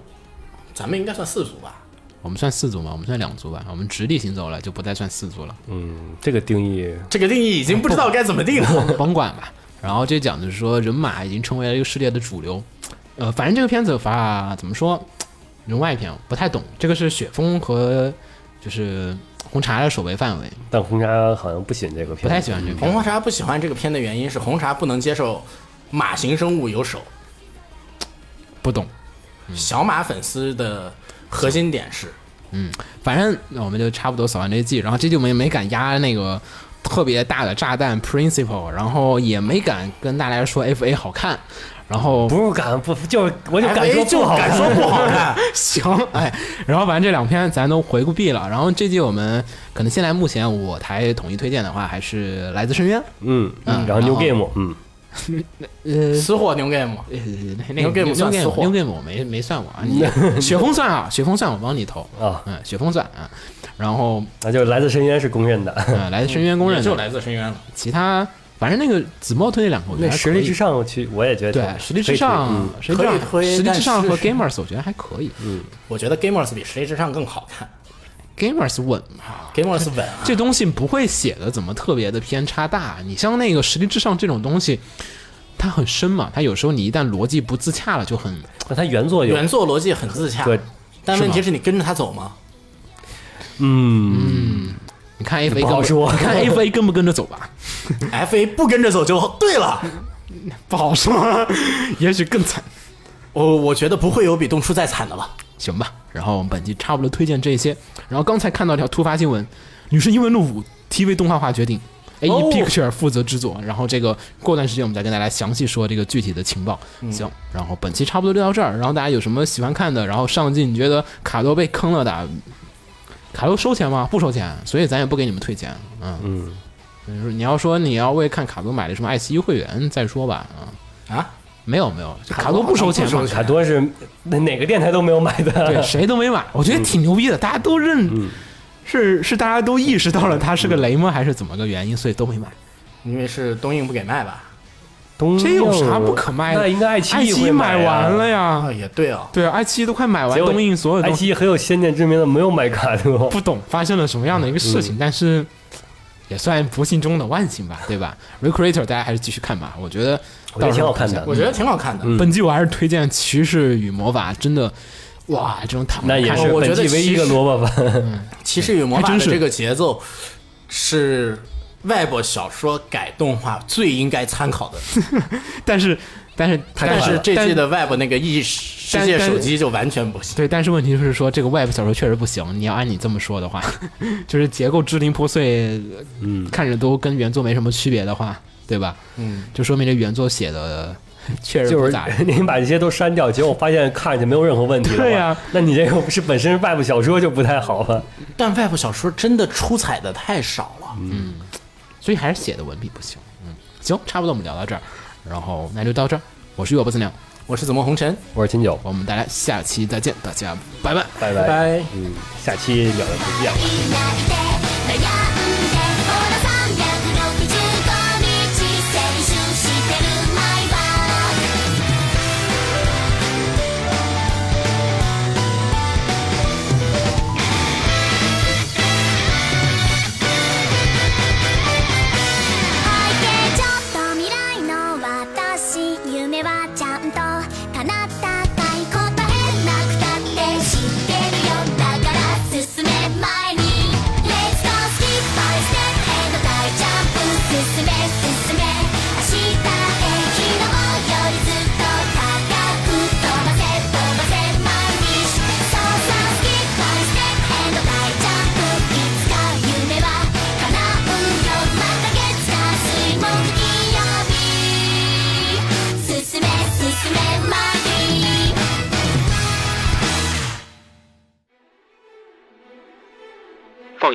咱们应该算四足吧？我们算四足吗？我们算两足吧？我们直立行走了，就不再算四足了，嗯，这个定义这个定义已经不知道该怎么定了。 *laughs* 甭管吧。然后这讲的是说，人马已经成为了一个世界的主流。呃，反正这个片子的话怎么说，人外片不太懂。这个是雪峰和就是红茶的守备范围，但红茶好像不喜欢这个片，不太喜欢这个片红子。茶不喜欢这个片的原因是红茶不能接受马型生物有手，不懂。小马粉丝的核心点是反正那我们就差不多扫完这一季，然后这季我们也没敢压那个特别大的炸弹 Principle，然后也没敢跟大家说 FA 好看，然后不是敢不就是我就哎敢 FA 说不哎就好看敢说不好看， *laughs* 行，哎，然后反正这两篇咱都回顾毕了，然后这季我们可能现在目前我台统一推荐的话，还是《来自深渊》嗯，嗯然后然 New 后 Game，嗯，死火牛 game，呃。那牛个 game 算私牛货 game 牛 game 我没没算过啊， *laughs* 你雪峰算啊，雪峰算我帮你投啊嗯，雪峰算啊，然后那就是来自深渊是公认的，呃，来自深渊公认也的，就来自深渊了。其他反正那个子墨推那两个，我觉那得还实可力以至上，我去我也觉得对实力至嗯上，实力至可以上，推实力至上但是嗯和 gamers 我觉得还可以我觉得 gamers 比实力至上更好看，gamers 稳嘛。 ，gamers 稳啊。这东西不会写的怎么特别的偏差大。你像那个实力至上这种东西，它很深嘛，它有时候你一旦逻辑不自洽了，就很那它原作有原作逻辑很自洽，对，但问是题吗是你跟着他走吗？嗯，你看 F A 不好说你看 F A 跟不跟着走吧， F A 不跟着走就对了。不好说， *laughs* 也许更惨。哦我我觉得不会有比东出再惨的了。行吧，然后我们本期差不多推荐这些。然后刚才看到一条突发新闻，《女神异闻录五》TV 动画化决定，A E 哦 Picture 负责制作。然后这个过段时间我们再跟大家详细说这个具体的情报。行，然后本期差不多就到这儿。然后大家有什么喜欢看的，然后上季你觉得卡多被坑了的，卡多收钱吗？不收钱，所以咱也不给你们退钱。嗯嗯。你要说你要为看卡多买了什么爱奇艺会员再说吧啊，啊，没有没有，卡多不收钱嘛，卡多是哪哪个电台都没有买 *laughs* 对，的，谁都没买，我觉得挺牛逼的，大家都认，嗯是是大家都意识到了它是个雷吗？还是怎么个原因，所以都没买。因为是东映不给卖吧？东这有啥不可卖的？那应该爱爱奇艺奇会艺买啊完了呀啊，。也对哦。对啊，爱奇艺都快买完结果东映所有爱东西，奇艺很有先见之明的，哦没有买卡多，不懂发生了什么样的一个事嗯情，但是也算不幸中的万幸吧，对吧？Recreator 大家还是继续看吧，我觉得到我觉得时挺候好看的一下我觉得挺好看的。本季我还是推荐《骑士与魔法》，真的，哇，这种躺着那也看是我本觉得季唯一一个其实萝卜饭。骑士与魔法还》真的是这个节奏是外国小说改动画最应该参 *laughs* 考的，但是但是太快但了是这但季的外国那个异世界手机就完全不行。对，但是问题就是说，这个 Web 小说确实不行。你要按你这么说的话， *laughs* 就是结构支离破碎，嗯，看着都跟原作没什么区别的话，对吧？嗯，就说明这原作写的 *laughs* 确实就不是 *laughs* 咋地。你把这些都删掉，结果发现看上去没有任何问题的话对呀那你这个不是本身是外部小说就不太好了。但外国小说真的出彩的太少了。嗯所以还是写的文笔不行。嗯，行，差不多我们聊到这儿，然后那就到这儿。我是月不思良，我是紫梦红尘，我是秦九，我们大家下期再见，大家拜拜。拜拜。拜。嗯，下期聊聊不一样。 「悩んでほら365日青春してる毎晩」背景ちょっと未来の私夢はちゃんと叶ったかい答えなくたって知ってるよだから進め前に Let's go skip by step への大ジャンプ進め進め明日へ昨日よりずっと高く飛ばせ飛ばせ毎日 So so skip by step への大ジャンプいつか夢は叶うよ「また月火水木金曜日」「進め進めマリー」放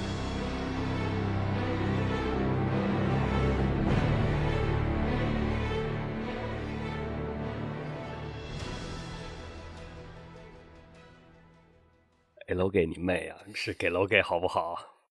给楼给你妹啊！是给楼给好不好？